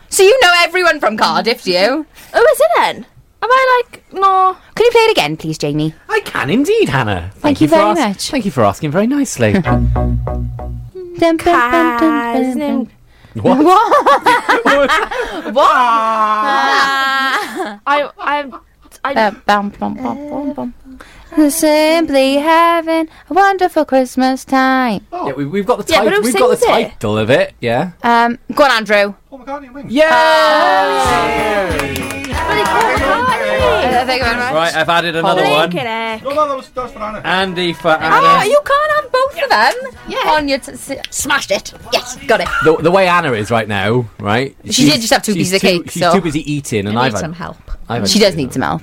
A: So you know everyone from Cardiff, do you?
F: Oh, is it then? Am I like no?
A: Can you play it again, please, Jamie?
C: I can indeed, Hannah.
A: Thank you very much.
C: Thank you for asking very nicely. what?
F: I I I
A: Simply having a wonderful Christmas time.
C: Yeah, we, we've got the,
F: Yeah,
C: tit-
F: but who
C: we've got the
F: sings it?
C: title of it, yeah?
A: Um, go on, Andrew.
I: Paul McCartney and Wings.
A: Uh, thank you very much.
C: Right, I've added another one.
I: No, Oh, no, that was, that was for Anna.
A: Uh,
C: Andy for
A: Oh,
C: Anna.
A: you can't have both of them on your. T- s-
E: Smashed it. Yes, got it.
C: The, the way Anna is right now, right? She
A: did just have two pieces of cake,
C: She's
A: so-
C: too busy eating, and
E: I
C: I've
E: need
C: had,
E: some help.
C: I've had
A: she does
C: two.
A: need some help.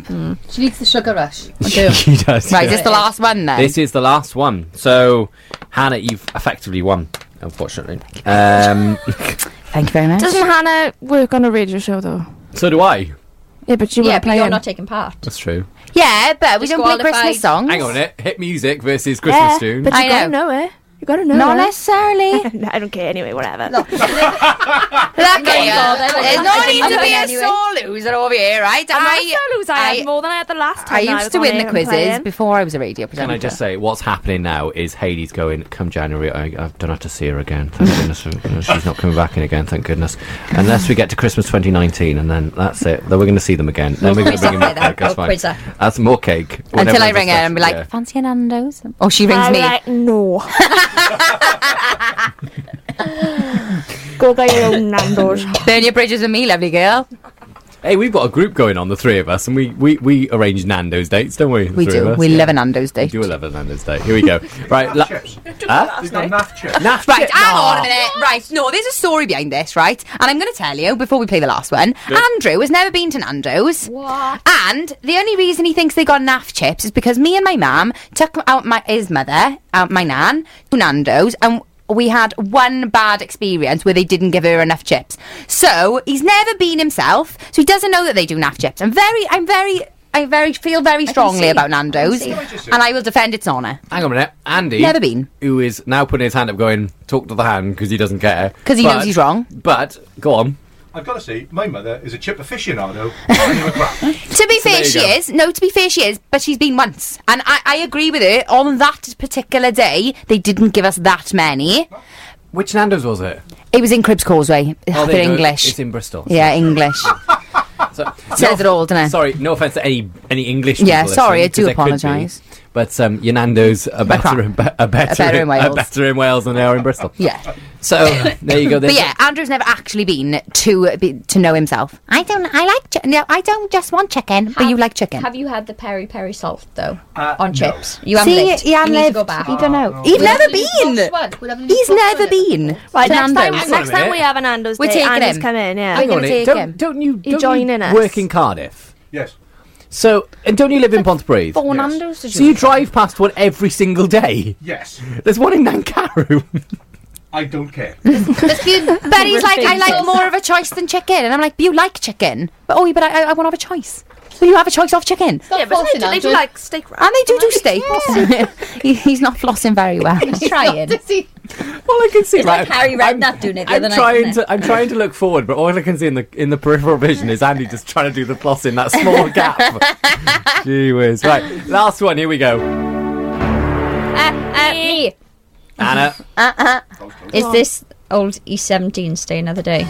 H: She needs the sugar rush.
C: she does.
A: Right,
C: yeah.
A: is this the last one then?
C: This is the last one. So, Hannah, you've effectively won, unfortunately. Um,
A: Thank you very much.
F: doesn't Hannah work on a radio show though?
C: so do I.
F: Yeah, but you
E: Yeah,
F: won't
E: but
F: play
E: you're
F: in.
E: not taking part.
C: That's true.
A: yeah, but we don't play
H: Disqualified.
A: Christmas songs.
C: Hang on a minute. Hit music versus
F: Yeah,
A: Eh,
C: Christmas tune.
F: But you
A: I
F: gotta
A: know. eh?
F: know it. You gotta know.
A: Not
F: her.
A: necessarily.
F: No, I don't care anyway. Whatever.
A: Look at
H: bother.
A: you. There's no
H: I
A: need
H: didn't
A: to
H: know
A: be
H: it
A: a
H: anyway.
A: sore loser over here, right?
F: I'm not so loose. I,
A: I-
F: had more than I had the last time.
A: I
F: that
A: used
F: was
A: to
F: on
A: win
F: air
A: the
F: and
A: quizzes
F: playing.
A: before I was a radio presenter.
C: Can I just say what's happening now is Haley's going. Come January, I, I don't have to see her again. Thank goodness, Uh, she's not coming back in again. Thank goodness. Unless we get to Christmas 2019, and then that's it. Then we're going to see them again. Then we're going to
E: quiz
C: bring them
E: up by
C: back.
E: then.
C: That's
E: Or
C: fine.
E: quiz up.
C: That's more cake. When
A: Until I
C: everyone's
A: ring her
C: upset.
A: and be like,
C: Yeah.
A: fancy an Nando's? Or Oh, she rings
F: I'm
A: me.
F: like, no. Go get your own Nando's.
A: Burn your bridges with me, lovely girl.
C: Hey, we've got a group going on, the three of us, and we we, we arrange Nando's dates, don't we? the
A: We
C: three of
A: do.
C: us?
A: We
C: Yeah.
A: love a Nando's
C: We
A: date.
C: do love a Nando's date. Here we go. right. La-
I: Chips.
C: huh?
I: He's got naff chips.
C: Naff
A: Right,
C: chip-
A: hang on
C: Aw.
A: a minute. Right, no, there's a story behind this, right? And I'm going to tell you before we play the last one. Andrew has never been to Nando's. What? And the only reason he thinks they got naff chips is because me and my mum took out my his mother, out my nan, to Nando's, and we had one bad experience where they didn't give her enough chips. So he's never been himself, so he doesn't know that they do naff chips. I'm very, I'm very. I very feel very strongly
E: see.
A: about
E: I can
A: Nando's,
E: see.
A: and I will defend its honour
C: Hang on a minute. Andy.
A: Never been.
C: Who is now putting his hand up going, talk to the hand because he doesn't care.
A: 'Cause he knows he's wrong.
C: But, go on.
I: I've got to say, my mother is a chip aficionado. I give a crap.
A: To be fair,
C: there you
A: she
C: go.
A: is. No, to be fair, she is. But she's been once, and I, I agree with her. On that particular day, they didn't give us that many.
C: Which Nando's was it?
A: It was in Cribs Causeway.
C: Oh,
A: They're
C: there you go.
A: English.
C: It's in Bristol.
A: yeah, English.
C: So,
A: Says it all, doesn't it?
C: Sorry, no offence to any any English.
A: Yeah,
C: people
A: sorry, I
C: listening,
A: do
C: 'cause there could be.
A: apologise.
C: But um, your Nando's are
A: crap.
C: better, in, Be- are better,
A: better in
C: are
A: Wales.
C: better in Wales than they are in Bristol.
A: Yeah,
C: So there you go.
A: but yeah, Andrew's never actually been to be, to know himself. I don't. I like. Chi- no, I don't just want chicken, but you like chicken.
E: Have you had the peri peri salt though
I: Uh,
E: on
I: no.
E: chips? You haven't.
A: See,
E: lived.
A: you haven't
E: you need to
A: lived.
E: go back.
A: You don't know.
I: no.
A: He's
H: We'll
A: never
H: have to leave the
A: been.
H: box one. We'll have to leave
A: He's
H: the box
A: never
H: one.
A: been.
F: Right, next
A: Nando's.
F: time, next time we have an Nando's
A: We're
F: date,
A: taking
F: Andy's
A: him.
F: come in. Yeah.
A: I'm
C: Hang on
A: gonna
C: a
A: take
C: minute, don't,
A: him.
C: don't you don't
F: You're joining
C: you
F: us.
C: work in Cardiff?
I: Yes.
C: So and don't you live in Pontypridd?
A: Four
I: Yes.
A: Nando's. did
C: So you drive past one every single day.
I: Yes.
C: There's one in Nankaru.
I: I don't care.
A: But he's like, I like
H: Refusal.
A: more of a choice than chicken. And I'm like, but you like chicken. But oh, but I, I, I want to have a choice. So you have a choice of chicken.
H: Stop
F: Yeah, but
H: forcing
F: they do, they do
H: Andrew.
F: like steak wrap.
A: And they do do steak. He- he's not flossing very well.
E: He's trying.
H: Does he?
C: all I can see
E: It's like Harry Redknapp doing it the
C: I'm
E: other night,
C: trying
E: isn't it?
C: to I'm trying to look forward, but all I can see in the in the peripheral vision is Andy just trying to do the plus in that small gap. Gee whiz! Right, last one. Here we go.
E: Uh, me.
C: Anna,
E: Is this old E17 stay another day?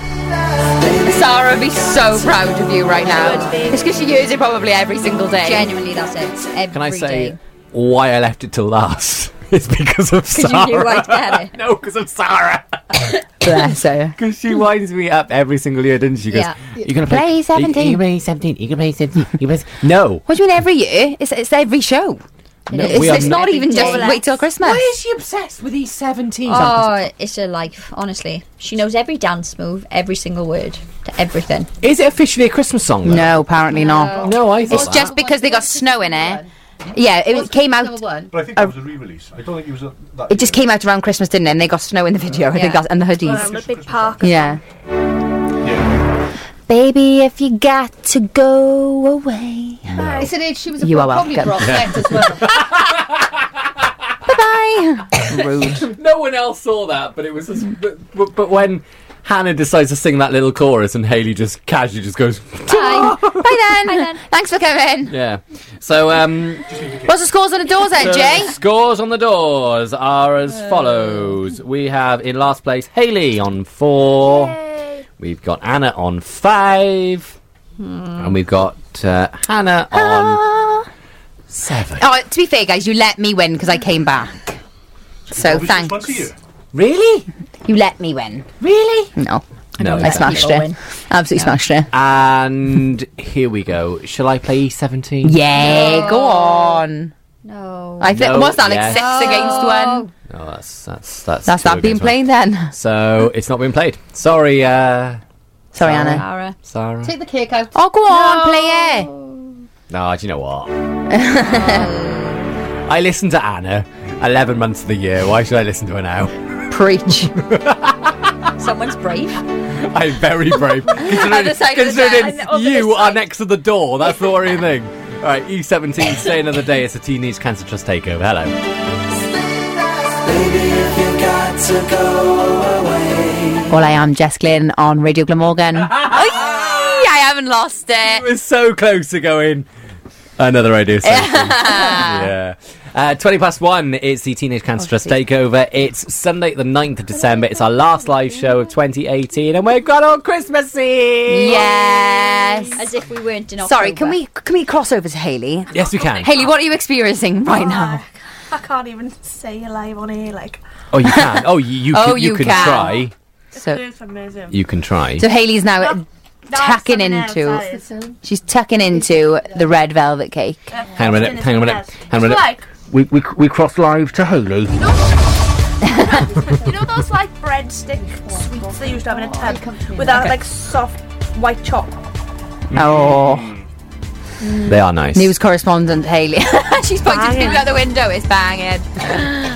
A: Sarah would be so proud of you right now. It's because she hears it probably every single day.
E: Genuinely, that's it. Every
C: can I say
E: day.
C: why I left it till last? It's because of
E: you
C: Sarah.
E: knew I'd get it.
C: no, because of Sarah.
A: Bless her.
C: Because she winds me up every single year, doesn't she? She Goes,
E: Yeah.
C: You're gonna
A: Play
C: play, E-
A: 17.
C: You're gonna play seventeen. You're gonna play seventeen. You're gonna play no.
A: What do you mean every year? It's, it's every show.
C: No,
A: It's,
C: we are
A: it's not
E: Every
A: even
E: day.
A: just wait till Christmas.
C: she obsessed with these seventeen?
E: Oh, it's her life, honestly. She knows every dance move, every single word to everything.
C: Is it officially a Christmas song? Though?
A: No, apparently not.
C: No, I thought
A: It's
C: that.
A: just because they got snow in it. Yeah, it came out.
H: Number one.
I: But I think that was a re-release. I don't think it was a, that.
A: It just came out around Christmas, didn't it? And they got snow in the video. I think
H: Yeah.
A: that's, and the hoodies.
F: Around the big park.
A: Yeah.
I: Yeah.
A: Baby, if you got to go away.
H: It's an age she was a
A: You are
H: probably
A: welcome.
H: brought back as well.
A: Bye.
C: No one else saw that, but it was. Just, but, but, but when Hannah decides to sing that little chorus, and Haley just casually just goes,
E: Bye.
A: Bye then. Thanks for coming.
C: Yeah. So, um,
A: What's the scores on the doors then, Jay?
C: scores on the doors are as follows. We have in last place Haley on four. We've got Anna on five.
A: Hmm.
C: And we've got uh, Hannah on seven.
A: Oh, to be fair, guys, you let me win because I came back. So
I: Probably just
A: thanks.
I: one to you.
C: Really?
A: You let me win.
C: Really?
A: No.
C: No.
A: I smashed
E: people
A: it.
E: win.
A: Absolutely smashed it.
C: And here we go. Shall I play E17?
A: Mm. Yeah, go on.
E: No.
A: I think
C: No,
A: was that like
C: yes.
A: six against one.
C: Oh, that's that's that's
A: That's
C: two
A: that being
C: against one.
A: played then.
C: So it's not being played. Sorry, uh,
A: Sorry, Anna.
E: Tara.
C: Sarah.
H: Take the cake out.
A: Oh, go on, play it.
C: No, do you know what? I listened to Anna 11 months of the year. Why should I listen to her now?
A: Preach.
E: Someone's brave.
C: I'm very brave.
A: Other side
C: considering
A: of the
C: considering
A: desk. And over
C: you
A: this
C: are
A: side.
C: next to the door. That's the worrying thing. All right, E17, stay another day. It's a Teenage Cancer Trust takeover. Hello.
A: All I am, Jess Glynn on Radio Glamorgan. Oy, I haven't lost it.
C: It was so close to going. Another idea. yeah. Uh, 20 past 1, it's the Teenage
A: Oh,
C: Cancer Trust Takeover. It's Sunday, the 9th of December. It's our last live show of 2018, and we've got all Christmassy!
A: Yes.
E: As if we weren't in October.
A: Sorry, can we can we cross over to Haley?
C: Yes, we can.
A: Haley, what are you experiencing right now?
F: I can't even say alive on air. Like,
C: Oh, you can. Oh, you, you,
A: Oh,
C: can, you,
A: you
C: can,
A: can.
C: try.
A: So,
F: amazing.
C: You can try.
A: so Haley's now tucking into she's tucking into the red velvet cake.
C: Hang on a minute. Hang on a minute. Hang on a minute.
F: Like,
C: we, we, we cross live to Haley.
F: you know those like breadstick sweets they used to have in a tub without like soft white chocolate.
A: Oh,
C: They are nice.
A: news correspondent Haley. she's pointing to people out the window. It's banging.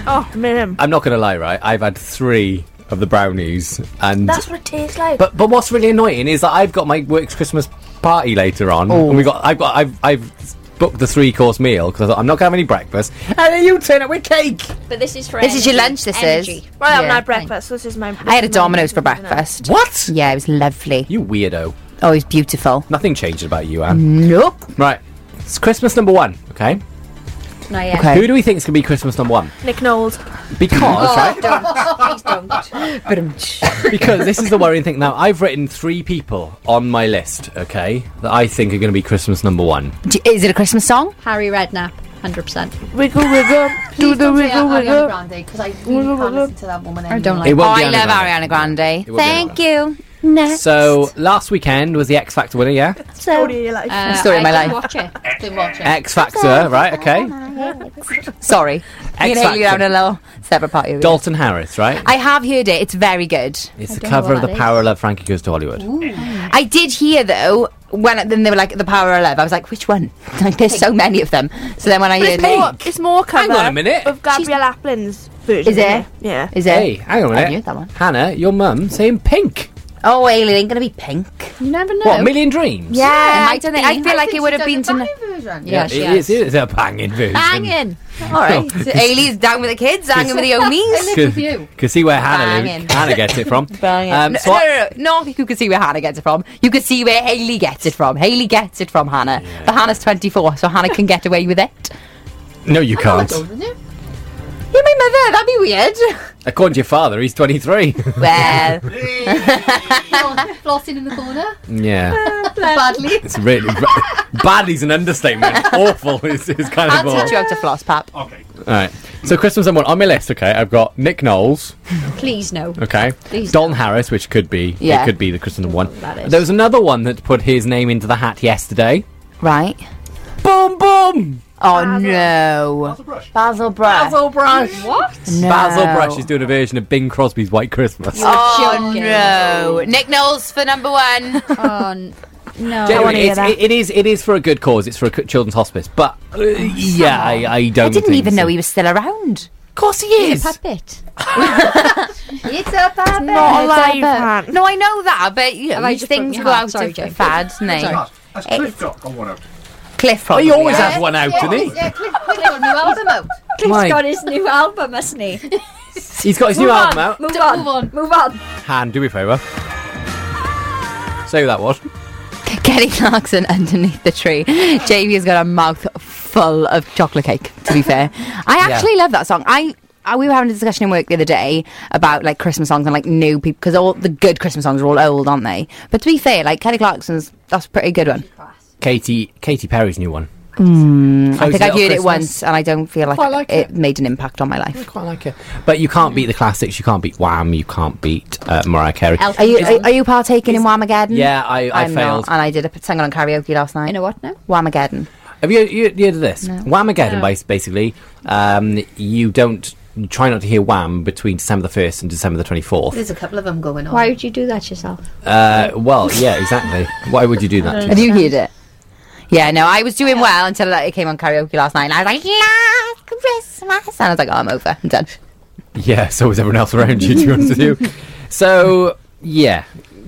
F: Oh, man.
C: I'm not going to lie, right? I've had three of the brownies, and
F: That's what it tastes like.
C: But but what's really annoying is that I've got my work's Christmas party later on,
A: Oh.
C: and we got I've got I've I've booked the three course meal because I thought I'm not going to have any breakfast. And then you turn up with cake.
E: But this is for
A: This is your
E: energy.
A: lunch, this
E: Energy.
A: is.
F: well, I haven't
A: Yeah.
F: had breakfast. so This is my.
A: I had a Domino's for breakfast.
C: What?
A: Yeah, it was lovely.
C: You weirdo.
A: Oh, it was beautiful.
C: Nothing changed about you, Anne.
A: Nope.
C: Right. It's Christmas number one. Okay.
E: No, yeah.
A: Okay.
C: Who do we think is going to be Christmas number one?
F: Nick Knowles.
C: Because
F: Oh,
C: right?
E: Please don't.
C: um, because this is the worrying thing. Now I've written three people on my list. Okay, that I think are going to be Christmas number one.
A: D- Is it a Christmas song?
E: Harry Redknapp, 100%.
F: Wiggle, wiggle. do the wiggle,
H: Ariana
F: wiggle.
H: Grande, because I really can't listen to that woman anymore.
E: I don't like
C: It
E: it.
C: won't
A: oh,
C: be
A: I love
C: Ariana
A: Ariana Grande.
C: It will be
A: Thank you. Next.
C: So last weekend was the X Factor winner, yeah?
F: Story of your life.
A: Story of my
E: Uh, I
A: life. Eh.
E: didn't Watch it.
H: Didn't watch it.
C: X Factor, right? Okay.
A: Sorry. Me and Haley are
C: Factor.
A: having a little separate party. over
C: Dalton Harris, right?
A: here. I have heard it. It's very good.
C: It's the
E: don't know
C: cover of
E: what
C: the
E: that is.
C: Power Love Frankie Goes to Hollywood.
A: I did hear though when then they were like the Power of Love. I was like, which one? Like, there's so many of them. So then when I heard
F: More-
A: it,
F: It's more cover.
C: on a minute.
F: Of Gabrielle Aplin's version.
A: Is it?
F: isn't Yeah.
A: is it?
C: Hey, hang on a
A: I
C: minute.
A: knew that one.
C: Hannah, your mum saying pink.
A: Oh, Haley, it ain't gonna be pink.
E: You never know.
C: What, Million Dreams?
A: Yeah, I
E: might
A: don't think.
E: be.
A: I feel like it would have been
H: tonight.
A: tonight.
E: Yeah,
C: It
E: she
C: is,
E: has.
C: it is a banging version.
A: Banging. All right. So Haley's down with the kids, hanging with the homies.
H: with you.
C: Can see where Hannah,
A: Banging.
C: Hannah gets it from.
A: Banging.
C: Um,
A: no,
C: so
A: no,
C: I-
A: no, no, no. You could see where Hannah gets it from. You could see where Haley gets it from. Haley gets it from Hannah. But Hannah's 24, so Hannah can get away with it.
C: no, you can't.
A: Yeah, my mother. That'd be weird.
C: According to your father, he's 23.
A: Well,
H: Flossing in the corner.
C: yeah.
H: Badly.
C: It's really. Badly's an understatement. Awful is, is kind of
A: I'll
C: all.
A: teach you how to floss, pap.
I: Okay.
C: All right. So, Christmas number one on my list, okay, I've got Nick Knowles.
E: Please no.
C: Okay.
E: Please
C: Don Harris, which could be
A: Yeah.
C: it could be the Christendom one.
E: that is.
C: There was another one that put his name into the hat yesterday.
A: Right.
C: Boom boom!
A: Oh no.
I: That's a brush.
A: Basil Brush.
C: Basil Brush.
E: What?
A: No.
C: Basil Brush is doing a version of Bing Crosby's White Christmas.
A: Oh
E: Joking.
A: no. Nick Knowles for number one.
E: Oh, n- no.
C: Anyway,
F: wanna hear
C: it's- it- it is it is for a good cause. It's for a c- children's hospice, but uh, yeah, I, I don't.
A: I didn't
C: think
A: even know
C: so.
A: he was still around.
C: Of course he is.
E: Puppet.
H: It's a puppet.
F: Not
A: it's
F: alive,
A: not
F: man.
A: No, I know that, but you know,
E: I
A: these
E: just put
A: things
E: me
A: go
E: half?
A: out
E: Sorry,
A: of
E: Jane.
A: fad, no.
I: Ah, Has Cliff got got one out?
A: Cliff
C: But
A: probably.
C: he always
A: yeah.
C: has one out, doesn't he?
H: Yeah, Cliff, Cliff got a new album out.
E: Cliff's
C: My-
E: got his new album, hasn't he?
C: He's got his new album out.
E: Move on. Move on.
C: Han, do me a favour. Say who that was.
A: Kelly Clarkson underneath the tree. Jamie has got a mouth full of chocolate cake, to be fair. I actually love that song. I. I- We were having a discussion in work the other day about like Christmas songs and like new people because all the good Christmas songs are all old, aren't they? But to be fair, like Kelly Clarkson's, that's a pretty good one.
C: Katie Katy Perry's new one.
A: Hmm, I think
C: Little
A: I've heard it
C: Christmas.
A: once and I don't feel like,
C: Quite like
A: it,
C: it.
A: made an impact on my life.
C: Quite like it. But you can't beat the classics. You can't beat Wham. You can't beat uh, Mariah Carey.
E: Elton
A: Are you
E: John.
A: are, are you partaking in Whamageddon?
C: Yeah, I- I
A: I'm
C: failed.
A: Not, and I did a sang on karaoke last night.
E: in a what now?
A: Whamageddon.
C: Have you, you, you heard of this? Whamageddon, bas basically. Um, you don't you try not to hear Wham between December the 1st and December the 24th.
H: There's a couple of them going on.
E: Why would you do that yourself?
C: Uh, well, yeah, exactly. Why would you do that? to
A: Have you heard it? Yeah, no, I was doing well until like, it came on karaoke last night, and I was like, "Last Christmas," and I was like, "Oh, I'm over, I'm done."
C: Yeah, so is everyone else around you, to be honest with you. So, yeah,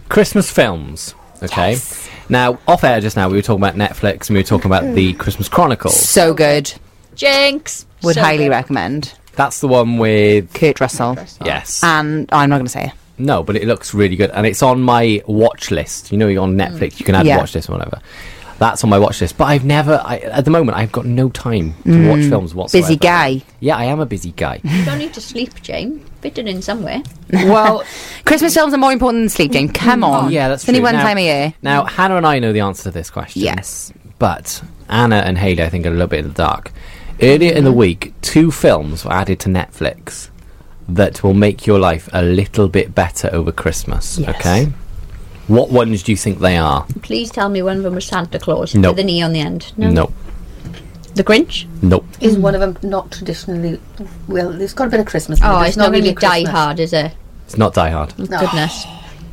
C: Christmas films. Okay. Now, off air just now, we were talking about Netflix and we were talking about the Christmas Chronicles.
A: So good,
E: Jinx.
A: would
E: So
A: highly
E: good.
A: recommend.
C: That's the one with.
A: Kurt Russell,
C: Yes.
A: and oh, I'm not going to say it.
C: No, but it looks really good. And it's on my watch list. You know, you're on Netflix, you can add
A: Yeah.
C: watch list or whatever. That's on my watch list. But I've never, I, at the moment, I've got no time to watch films whatsoever.
A: Mm. Busy guy.
C: Yeah, I am a busy guy.
E: You don't need to sleep, Jane. Fit it in somewhere.
C: well,
A: Christmas films are more important than sleeping. Come on,
C: yeah, that's
A: Oh, It's only
C: true.
A: one
C: Now-
A: time a year.
C: Now, Hannah and I know the answer to this question.
A: Yes.
C: But Anna and Haley, I think, are a little bit in the dark. Earlier in the week, two films were added to Netflix that will make your life a little bit better over Christmas.
E: Yes.
C: Okay? What ones do you think they are?
E: Please tell me one of them was Santa Claus
C: No.
E: with an E on the end. No.
C: Nope.
E: The Grinch.
C: Nope.
H: Is one of them not traditionally? Well, there's got a bit of Christmas. in it,
E: Oh,
H: but
E: it's, not really
H: Christmas.
E: Die Hard, is it?
C: It's not Die Hard.
H: No,
E: Goodness.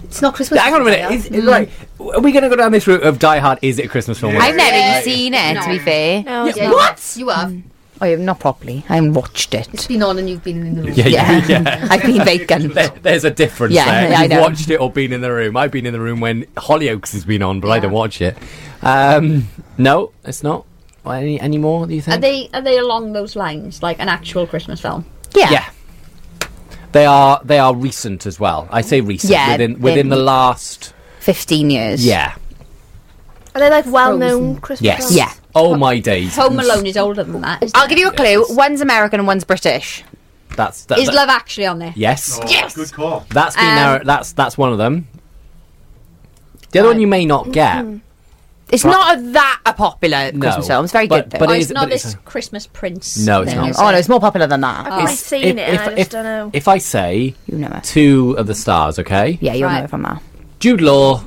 H: it's not Christmas.
C: Hang on a minute. Is, like, are we going to go down this route of Die Hard? Is it a Christmas film?
A: I've never even seen it. To be fair,
F: No,
H: Yeah,
E: What?
H: You have.
E: Mm.
A: I have not properly. I haven't watched
H: It's
A: it.
H: been on and you've been in the room.
C: Yeah, yeah.
A: Yeah, I've been vacant.
E: Oh.
C: There- There's a difference
A: Yeah,
C: there.
A: yeah, I
C: You've
A: know.
C: watched it or been in the room. I've been in the room when Hollyoaks has been on, but I don't watch it. Um, no, it's not. Well, Any, any more, do you
E: Are
C: think?
E: they are they along those lines, like an actual Christmas film?
A: Yeah.
C: yeah. They are they are recent as well. I say recent
A: Yeah,
C: within within the
A: in-
C: last
A: fifteen years.
C: yeah
F: Are they like well-known Christmas?
C: yes
F: songs?
A: Yeah.
C: oh my days
E: Home Alone is older than that. Isn't
A: I'll
E: it?
A: give you a clue. One's American and one's British.
C: that's that,
E: Is
C: that-
E: Love Actually on there?
C: yes
F: Oh.
I: yes. oh, Good call.
C: that's been
E: Um,
C: our, that's that's one of them. The other one you may not get.
E: Mm-hmm.
A: It's not a, that a popular
C: No,
A: Christmas film. It's very
C: but-
A: good
C: but
E: Oh,
A: though.
C: it
E: it's
C: is-
E: not
C: but it's
E: this
C: a-
E: Christmas Prince.
C: No, it's
E: thing,
C: not.
E: is
A: oh no,
E: it?
A: it's more popular than that.
F: I've probably
C: It's- if-
F: seen it. and
C: if-
F: I just
C: if-
F: don't know.
C: If I say
A: you know it.
C: two of the stars, okay?
A: Yeah, you'll
E: Right.
A: know it from that.
C: Jude Law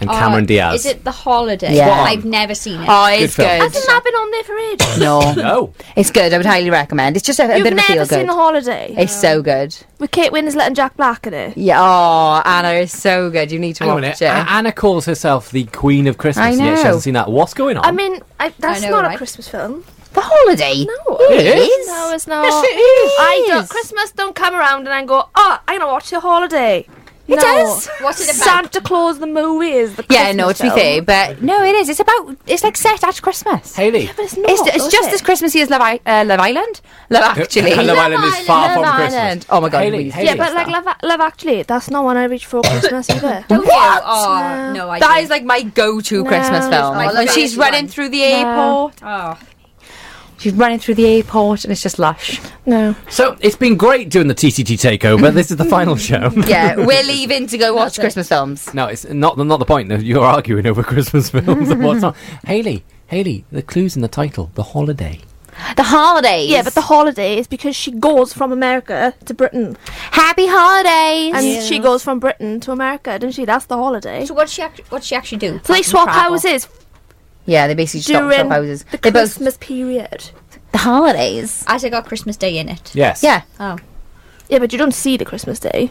C: and
E: Oh,
C: Cameron Diaz.
E: Is it The Holiday?
A: Yeah. Spot on.
E: I've never seen it.
A: Oh, it's
C: film.
A: good.
F: Hasn't that been on there for ages?
A: No,
C: No.
A: it's good. I would highly recommend. It's just a, a
F: You've
A: bit of a
F: never
A: feel
F: seen
A: good.
F: The Holiday
A: it's so good.
F: with Kate Winslet and Jack Black in it.
A: Yeah. Oh, Anna, it's so good. You need to
C: Hang on a
A: watch
C: minute.
A: it.
C: A- Anna calls herself the Queen of Christmas.
A: Oh, I
C: Yet she
A: know.
C: hasn't seen that. What's going on?
F: I mean, I, that's
E: know,
F: not
E: right?
F: a Christmas film.
A: the holiday.
F: No,
C: It is.
F: No, it's not.
A: Yes, it is.
F: I don't. Christmas don't come around and I go, oh, I'm gonna watch the holiday. It
A: does.
E: What's it about?
F: Santa Claus the movie is the
A: Yeah,
F: Christmas
A: no, to be
F: film.
A: fair, but no, it is. It's about. It's like set at Christmas.
C: Haley.
F: But it's not.
A: It's, it's
F: is
A: just
F: it?
A: as Christmasy as Love, I- uh, Love Island. Love Actually.
C: Love Island is far
A: Love
C: from
A: Island.
C: Christmas.
A: Oh my God,
C: Haley,
A: we-
C: Haley.
F: Yeah, but like Love, Love Actually, that's not one I reach for Christmas either.
E: Don't you?
A: What?
E: Oh, no, I
A: That
E: don't.
A: is like my go-to
F: No.
A: Christmas film.
F: Oh,
A: Like
E: Love
A: when
E: Island
A: she's
E: is one.
A: running through the airport,
E: Oh.
A: she's running through the airport, and it's just lush.
F: no.
C: So it's been great doing the TCT takeover. this is the final show.
A: Yeah, we're leaving to go watch Christmas films.
C: No, it's not not the point. You're arguing over Christmas films and what's not. Haley, Haley, the clue's in the title, The Holiday.
A: The holidays.
F: Yeah, but the holiday is because she goes from America to Britain,
A: happy holidays.
F: and she goes from Britain to America, doesn't she? That's the holiday.
E: So what's she act- what's she actually do?
F: So they swap
A: travel.
F: houses
A: yeah, they basically just
F: during
A: stop houses.
F: the
A: They both
F: Christmas period.
A: the holidays.
E: Has it got Christmas Day in it?
C: Yes.
A: Yeah.
E: Oh.
F: Yeah, but you don't see the Christmas day.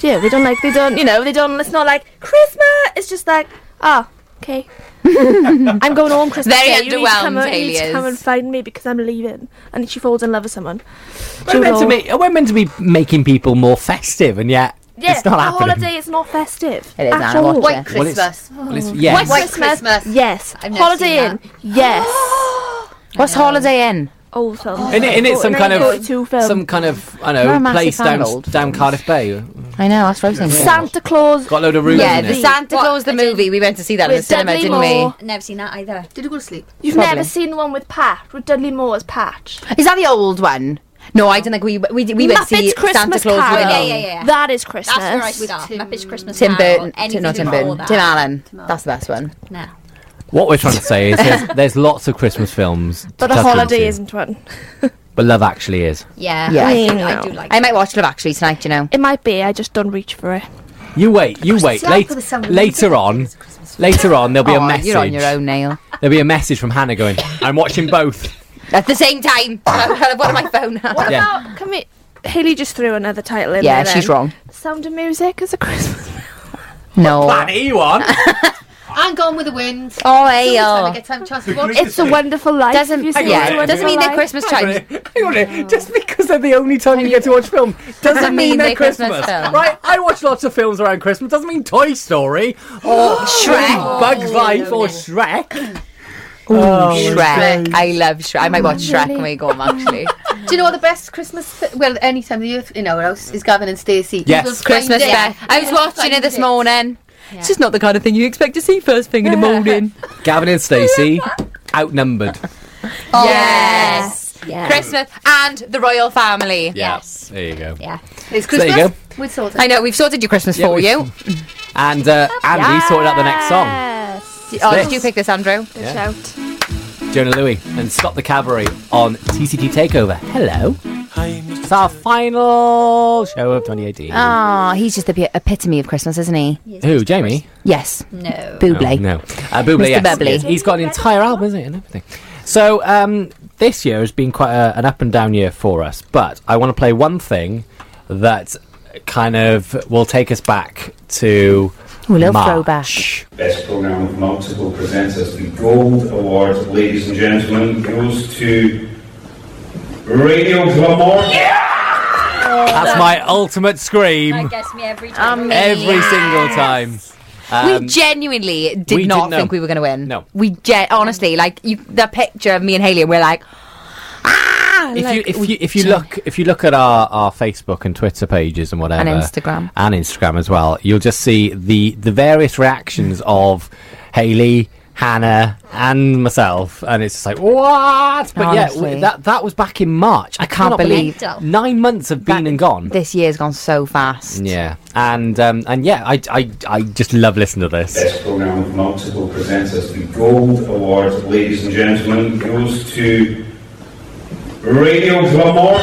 F: Yeah, they don't like they don't you know they don't. It's not like Christmas. It's just like ah okay. I'm going home Christmas
A: Very
F: day. You need to come,
A: underwhelmed,
F: and- you need
A: Hayley
F: to come
A: is.
F: and find me because I'm leaving. And she falls in love with someone.
C: We're meant, to
F: Judo.
C: be, we're meant to be making people more festive, and yet
F: Yeah,
C: it's not
F: the
C: happening.
F: holiday is not festive.
A: It is,
F: at
A: Anna,
F: all.
A: watch it.
C: Well, it's-
H: Christmas.
C: well, it's- yes.
H: White Christmas.
F: Yes,
E: I've never
F: holiday
E: seen
F: in. Yes,
A: What's holiday in?
F: old films.
C: In it, in it some kind of
F: 1942 film.
C: some kind of
A: Not
C: I know
A: a massive
C: place
A: fan of
C: down
A: old
C: down Cardiff Bay.
A: I know, that's what I was thinking.
F: Santa Claus.
C: Got a load of rooms
A: Yeah,
C: in
A: the
C: it.
A: Santa
E: What?
A: Claus the movie. We went to see that in the
F: With
A: cinema,
F: Dudley
A: didn't
F: Moore.
E: Never seen that either.
H: Did you go to sleep?
F: You've
A: Probably.
F: never seen the one with Pat, with Dudley Moore as Pat.
A: we? Is that the old one? No, I don't think we we, we went to see Santa
F: Muppets Christmas
A: Claus.
F: Carol.
A: with
E: Yeah,
A: Alone.
E: yeah, yeah.
F: um, That is Christmas.
E: That's the right with that. Muppets Christmas
A: Tim
E: Carol,
A: Burton, Tim,
E: anything
A: not Tim
E: before
A: Burton,
E: that.
A: Tim Allen. That's the best one.
E: No.
C: What we're trying to say is there's, there's lots of Christmas films, to
F: But a
C: tuck
F: holiday
C: into,
F: isn't one.
C: But Love Actually is.
E: Yeah,
A: Yeah.
E: I,
A: I
E: do,
F: know.
E: I do like
A: I might watch Love Actually tonight. You know,
F: It might be, I just don't reach for it.
C: You wait, you wait.
H: See, I
C: Late,
H: thought it sounded
C: later on, later on, there'll be
A: Aw,
C: a message.
A: Oh, You're on your own, Neil.
C: There'll be a message from Hannah going, "I'm watching both."
A: At the same time, I've got my phone.
F: What
C: Yeah.
F: about, can we, Haley just threw another title in
A: yeah,
F: there
A: she's
F: then.
A: wrong.
F: Sound of Music is a Christmas
A: No.
C: Planet you on?
H: I'm gone with the wind.
A: Oh, hey,
H: Time I
A: yo.
H: get time chance to watch
F: It's a Wonderful Life.
A: Doesn't
F: Have you seen It's a
A: yeah, doesn't
F: Wonderful
A: mean they're
F: Life?
A: Christmas
C: Hang on a
A: time.
C: minute, hang on a minute. Just because they're the only time you get to watch film doesn't mean they're Christmas.
A: films.
C: Right? I watch lots of films around Christmas. Doesn't mean Toy Story or Shrek, Bugs Life or Shrek. Oh,
A: Shrek. I love Shrek. I might watch Shrek when we go home, actually.
H: Do you know what the best Christmas? Fi- well, any time of the year in our house is Gavin and Stacey.
C: Yes.
H: You will find
A: Christmas
H: it.
A: Bear. I was
H: You will
A: watching it
H: find
A: this morning. It's just not the kind of thing you expect to see first thing in the morning.
C: Gavin and Stacey outnumbered.
A: yes. Christmas and the royal family.
C: Yes. There you go.
H: It's
C: There
H: Christmas.
C: you go.
H: We sold
A: I
H: it.
A: know, we've sorted your Christmas
C: Yeah,
A: for
C: we-
A: you.
C: And uh, Andy sorted out the next song.
F: Yes.
A: Oh,
C: this.
A: did you pick this, Andrew?
F: Good
C: Yeah.
F: shout.
C: Jonah Louie and Stop the Cavalry on TCT Takeover. Hello. It's our final show of 2018.
A: Oh, he's just the p- epitome of Christmas, isn't he?
C: Who, Jamie?
A: Yes.
E: No.
A: Buble.
C: No. Uh, Bublé,
A: Mr.
C: yes,
A: Bubbly.
C: yes. He's got an entire album, isn't it, and everything. So um, this year has been quite a, an up and down year for us, but I want to play one thing that kind of will take us back to
A: Ooh, a little
C: March.
A: throwback.
J: Best Programme with Multiple presenters. The Gold Award, ladies and gentlemen, goes to Radio Glamour.
C: That's my ultimate
E: I
C: scream
E: guess me every time.
A: Um,
C: every single time. Um,
A: we genuinely did
C: we
A: not
C: didn't know.
A: think we were going to win.
C: No.
A: We gen- honestly, like, you, the picture of me and Haley, and we're like, ah!
C: if you
A: like,
C: if
A: we-
C: you if you look if you look at our, our Facebook and Twitter pages and whatever
A: Instagram.
C: and Instagram as well, you'll just see the the various reactions of Haley, Hannah, and myself, and it's just like what? But yeah,
A: Honestly.
C: w- that that was back in March. I
A: Can't
C: cannot believe,
E: believe-
C: nine months have been and gone.
A: This year's gone so fast.
C: yeah, and um, and yeah, I, I I just love listening to this.
J: Best Programme with Multiple presenters. The Gold Award, ladies and gentlemen, goes to Radio Glamour.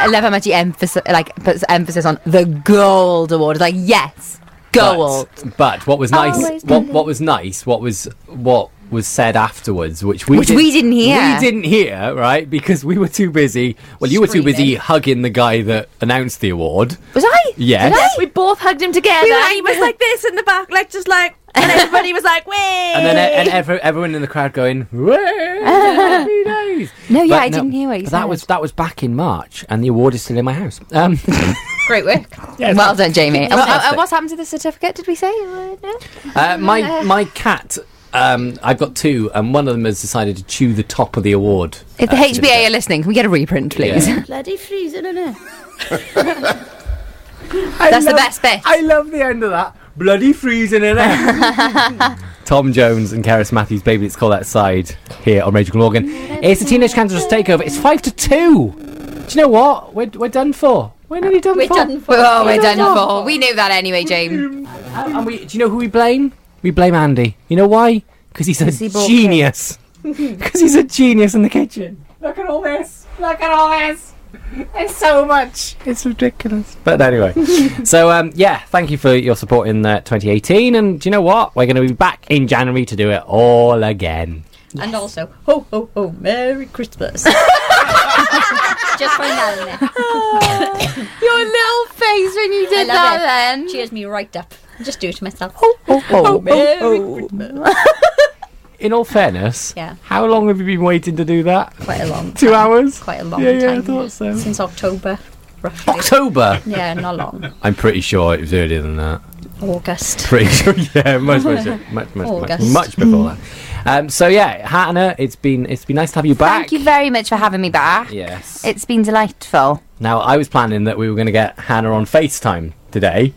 A: I love how much he emphasis, like, puts emphasis on the gold award. It's like, yes, gold.
C: But, but what was nice?
F: Always
C: What, what was nice? What was what was said afterwards, which we
A: Which we didn't hear.
C: We didn't hear, right? Because we were too busy. Well, you were too busy hugging the guy that announced the award.
A: Was I?
C: Yes.
A: Did I?
F: We both hugged him together.
A: We were
F: and he was like this in the back, like just like, and everybody was like, "Wait!"
C: And then e- and every, everyone in the crowd going, "Whey, happy days."
A: No, yeah,
C: But
A: I didn't hear what you
C: but
A: said.
C: That was that was back in March, and the award is still in my house. Um,
A: Great work. well done, Jamie. And,
C: Fantastic.
A: and uh, what's happened to the certificate, did we say? Uh, no?
C: Uh, my my cat. Um, I've got two, and one of them has decided to chew the top of the award.
A: If the
C: Uh, to
A: HBA are listening, can we get a reprint, please?
C: Yeah.
E: Bloody freezing, isn't it?
A: That's the best bit.
C: I love the end of that. Bloody freezing in it. Tom Jones and Karis Matthews, baby, it's called outside here on Rachel Morgan. It's the Teenage Cancerous Takeover. It's five to two. Do you know what? We're, we're done for. We're nearly done
E: We're
C: for.
E: done for.
A: Oh, we're done for. We knew that anyway, James.
C: And we, do you know who we blame? We blame Andy. You know why? Because he's a
A: he bought
C: genius. Because he's a genius in the kitchen. Look at all this. Look at all this. It's so much. It's ridiculous. But anyway, so um, yeah, thank you for your support in uh, 2018. And do you know what? We're going to be back in January to do it all again.
E: And also, ho ho ho, Merry Christmas. Just find that in there.
A: Your little face when you
E: I
A: did
E: love it.
A: then.
E: Cheers me right up. Just do it to myself.
A: Oh,
E: Merry
C: In all fairness,
E: Yeah.
C: how long have you been waiting to do that?
E: Quite a long.
C: Two hours?
E: Quite a long
C: Yeah, yeah, I
E: time.
C: thought so.
E: Since October, roughly.
C: October.
E: yeah, not long.
C: I'm pretty sure it was earlier than that.
E: August.
C: Pretty sure, yeah, much, much, much, much, much,
E: August.
C: much before that. Um, so yeah, Hannah, it's been it's been nice to have you back.
A: Thank you very much for having me back.
C: Yes.
A: It's been delightful.
C: Now I was planning that we were going to get Hannah on FaceTime today,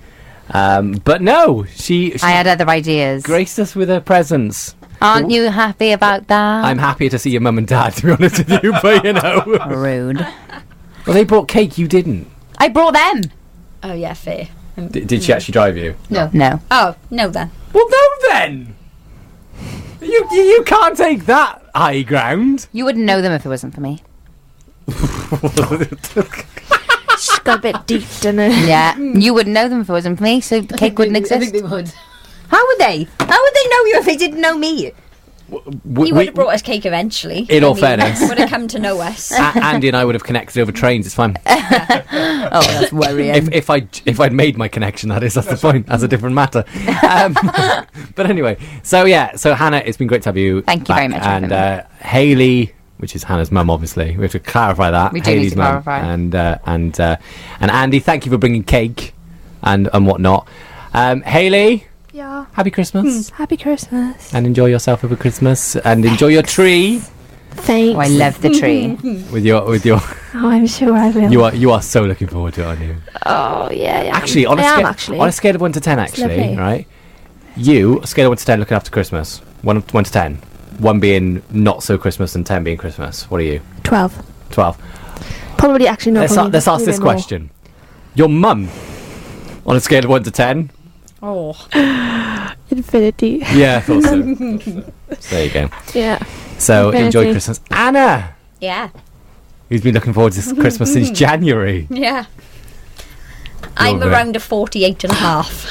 C: um, but no, she, she
A: I Oh. had other ideas.
C: graced us with her presence.
A: Aren't you happy about that?
C: I'm happier to see your mum and dad, to be honest with you, but you know.
A: rude.
C: Well, they brought cake, you didn't.
A: I brought them.
E: Oh yeah, fair.
C: D- did she actually drive you?
A: No.
E: Oh no, then
C: Well, no, then! You, you, you can't take that high ground.
A: You wouldn't know them if it wasn't for me.
F: She's got a bit deep, didn't it?
A: Yeah. you wouldn't know them if it wasn't for me, so the cake wouldn't
H: I think
A: exist.
H: they would.
A: How would they? How would they know you if they didn't know me?
E: he would have brought us cake eventually.
C: In all fairness.
E: would have come to know us.
C: A- Andy and I would have connected over trains. It's fine.
A: Oh, that's worrying.
C: if, if I if I'd made my connection, that is that's the point. That's a different matter. Um, but anyway, so yeah, so Hannah, it's been great to have you.
A: Thank you very
C: back.
A: much for
C: And
A: having
C: uh, Haley, which is Hannah's mum, obviously, we have to clarify that.
A: We do need
C: Hayley's
A: to
C: mum.
A: clarify.
C: And uh, and uh, and Andy, thank you for bringing cake and and whatnot. Um, Haley,
F: Yeah.
C: happy Christmas
F: Mm, Happy Christmas.
C: and enjoy yourself over Christmas and enjoy your tree
F: Thanks.
A: Oh, I love the tree.
C: with your with your.
F: Oh, I'm sure I will.
C: You are you are so looking forward to it, aren't you?
F: oh, yeah, yeah.
C: Actually, on a,
F: I am,
C: scale,
F: actually.
C: on a scale of 1 to 10, actually,
F: lovely.
C: right? You, scale of 1 to 10, looking after Christmas. 1, of- one to 10. 1 being not so Christmas and 10 being Christmas. What are you?
F: 12.
C: 12.
F: Probably, actually, not.
C: let's, a-
F: probably
C: let's ask
F: a
C: this
F: bit more.
C: question. Your mum, on a scale of 1 to 10?
E: oh,
F: Infinity.
C: Yeah, I thought so. So there you go.
F: Yeah.
C: So enjoy
F: Infinity.
C: Christmas. Anna,
E: yeah,
C: who's been looking forward to this Christmas since January.
E: yeah. I'm
C: You're
E: around a 48 and a half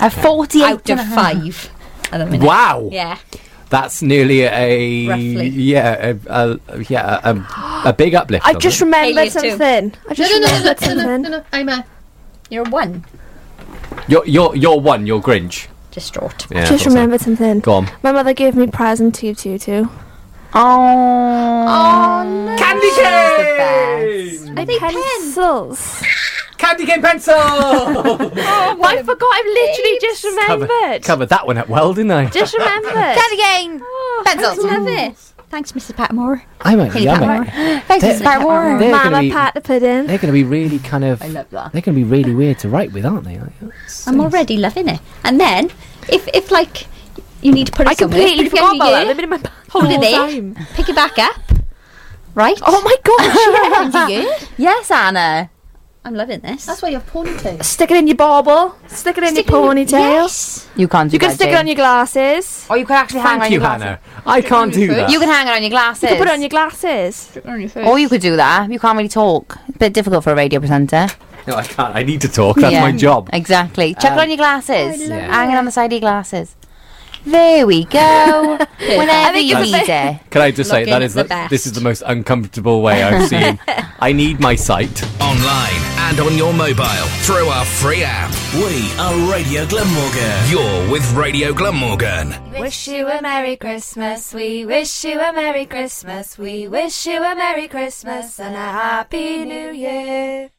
A: A 48
E: out of
A: and a half.
E: five at the minute.
C: Wow.
E: Yeah,
C: That's nearly a.
E: Roughly.
C: Yeah, a, a, yeah, a, a, a big uplift.
F: I
C: of
F: just
C: it.
E: Hey, you
F: remembered
E: too.
F: something. I
H: No,
F: just
H: no, no, no,
F: remembered
H: no, no, no, no,
F: something.
H: no. I'm a.
E: you're a one.
C: You're, you're, you're one, you're Grinch.
E: Distraught.
C: Yeah, I
F: Just
C: thought so.
F: remembered something.
C: Go on.
F: My mother gave me present to you two, too.
A: Oh.
C: Candy
A: cane!
E: I think
F: Pencils.
C: Candy cane pencil!
F: Oh, I forgot. I've literally just
C: covered,
F: remembered.
C: covered that one up well, didn't I?
F: Just remembered.
A: Ten again. Pencils.
E: Oh, love it. Thanks, Mr. Patmore.
C: I might be. I might.
A: Thanks,
C: They're-
A: Mr. Bartmore.
C: They're gonna
F: Mama
C: be-
F: pat the pudding.
C: They're going to be really kind of.
E: that.
C: They're going to be really weird to write with, aren't they? Like, that's-
E: I'm already loving it. And then, if if like you need to put it
F: I
E: somewhere, put
F: completely
E: it down your
F: forgot about that.
E: ear,
F: They've been in my bag the
E: Hold it
F: whole
E: there,
F: time.
E: pick it back up. Right?
F: Oh my gosh! yeah.
A: Yes, Anna.
E: I'm loving this.
H: That's why you're ponytail.
F: Stick it in your bauble. Stick it in
E: Stick it
F: your
E: in your-
F: ponytail.
E: Yes.
A: You can't do
F: You can
A: that,
F: stick it
A: Jane.
F: on your glasses.
A: Or you could actually hang
C: Thank
A: on
C: you,
A: your glasses.
C: Hannah. I can't do that.
A: You can hang it on your glasses.
F: You can put it on your glasses.
A: Or you could do that. You can't really talk. It's a bit difficult for a radio presenter.
C: No, I can't. I need to talk. That's
A: Yeah.
C: my job.
A: Exactly. Chuck it on your glasses.
C: love Yeah.
A: Hang it on the side of your glasses. There we go. Whenever you
C: it's a
A: need it.
C: Can I just say
E: Looking
C: that is
E: the
C: the,
E: best.
C: this is the most uncomfortable way I've seen. I need my sight.
D: Online and on your mobile through our free app. We are Radio Glamorgan. You're with Radio Glamorgan.
B: Wish you a Merry Christmas. We wish you a Merry Christmas. We wish you a Merry Christmas and a Happy New Year.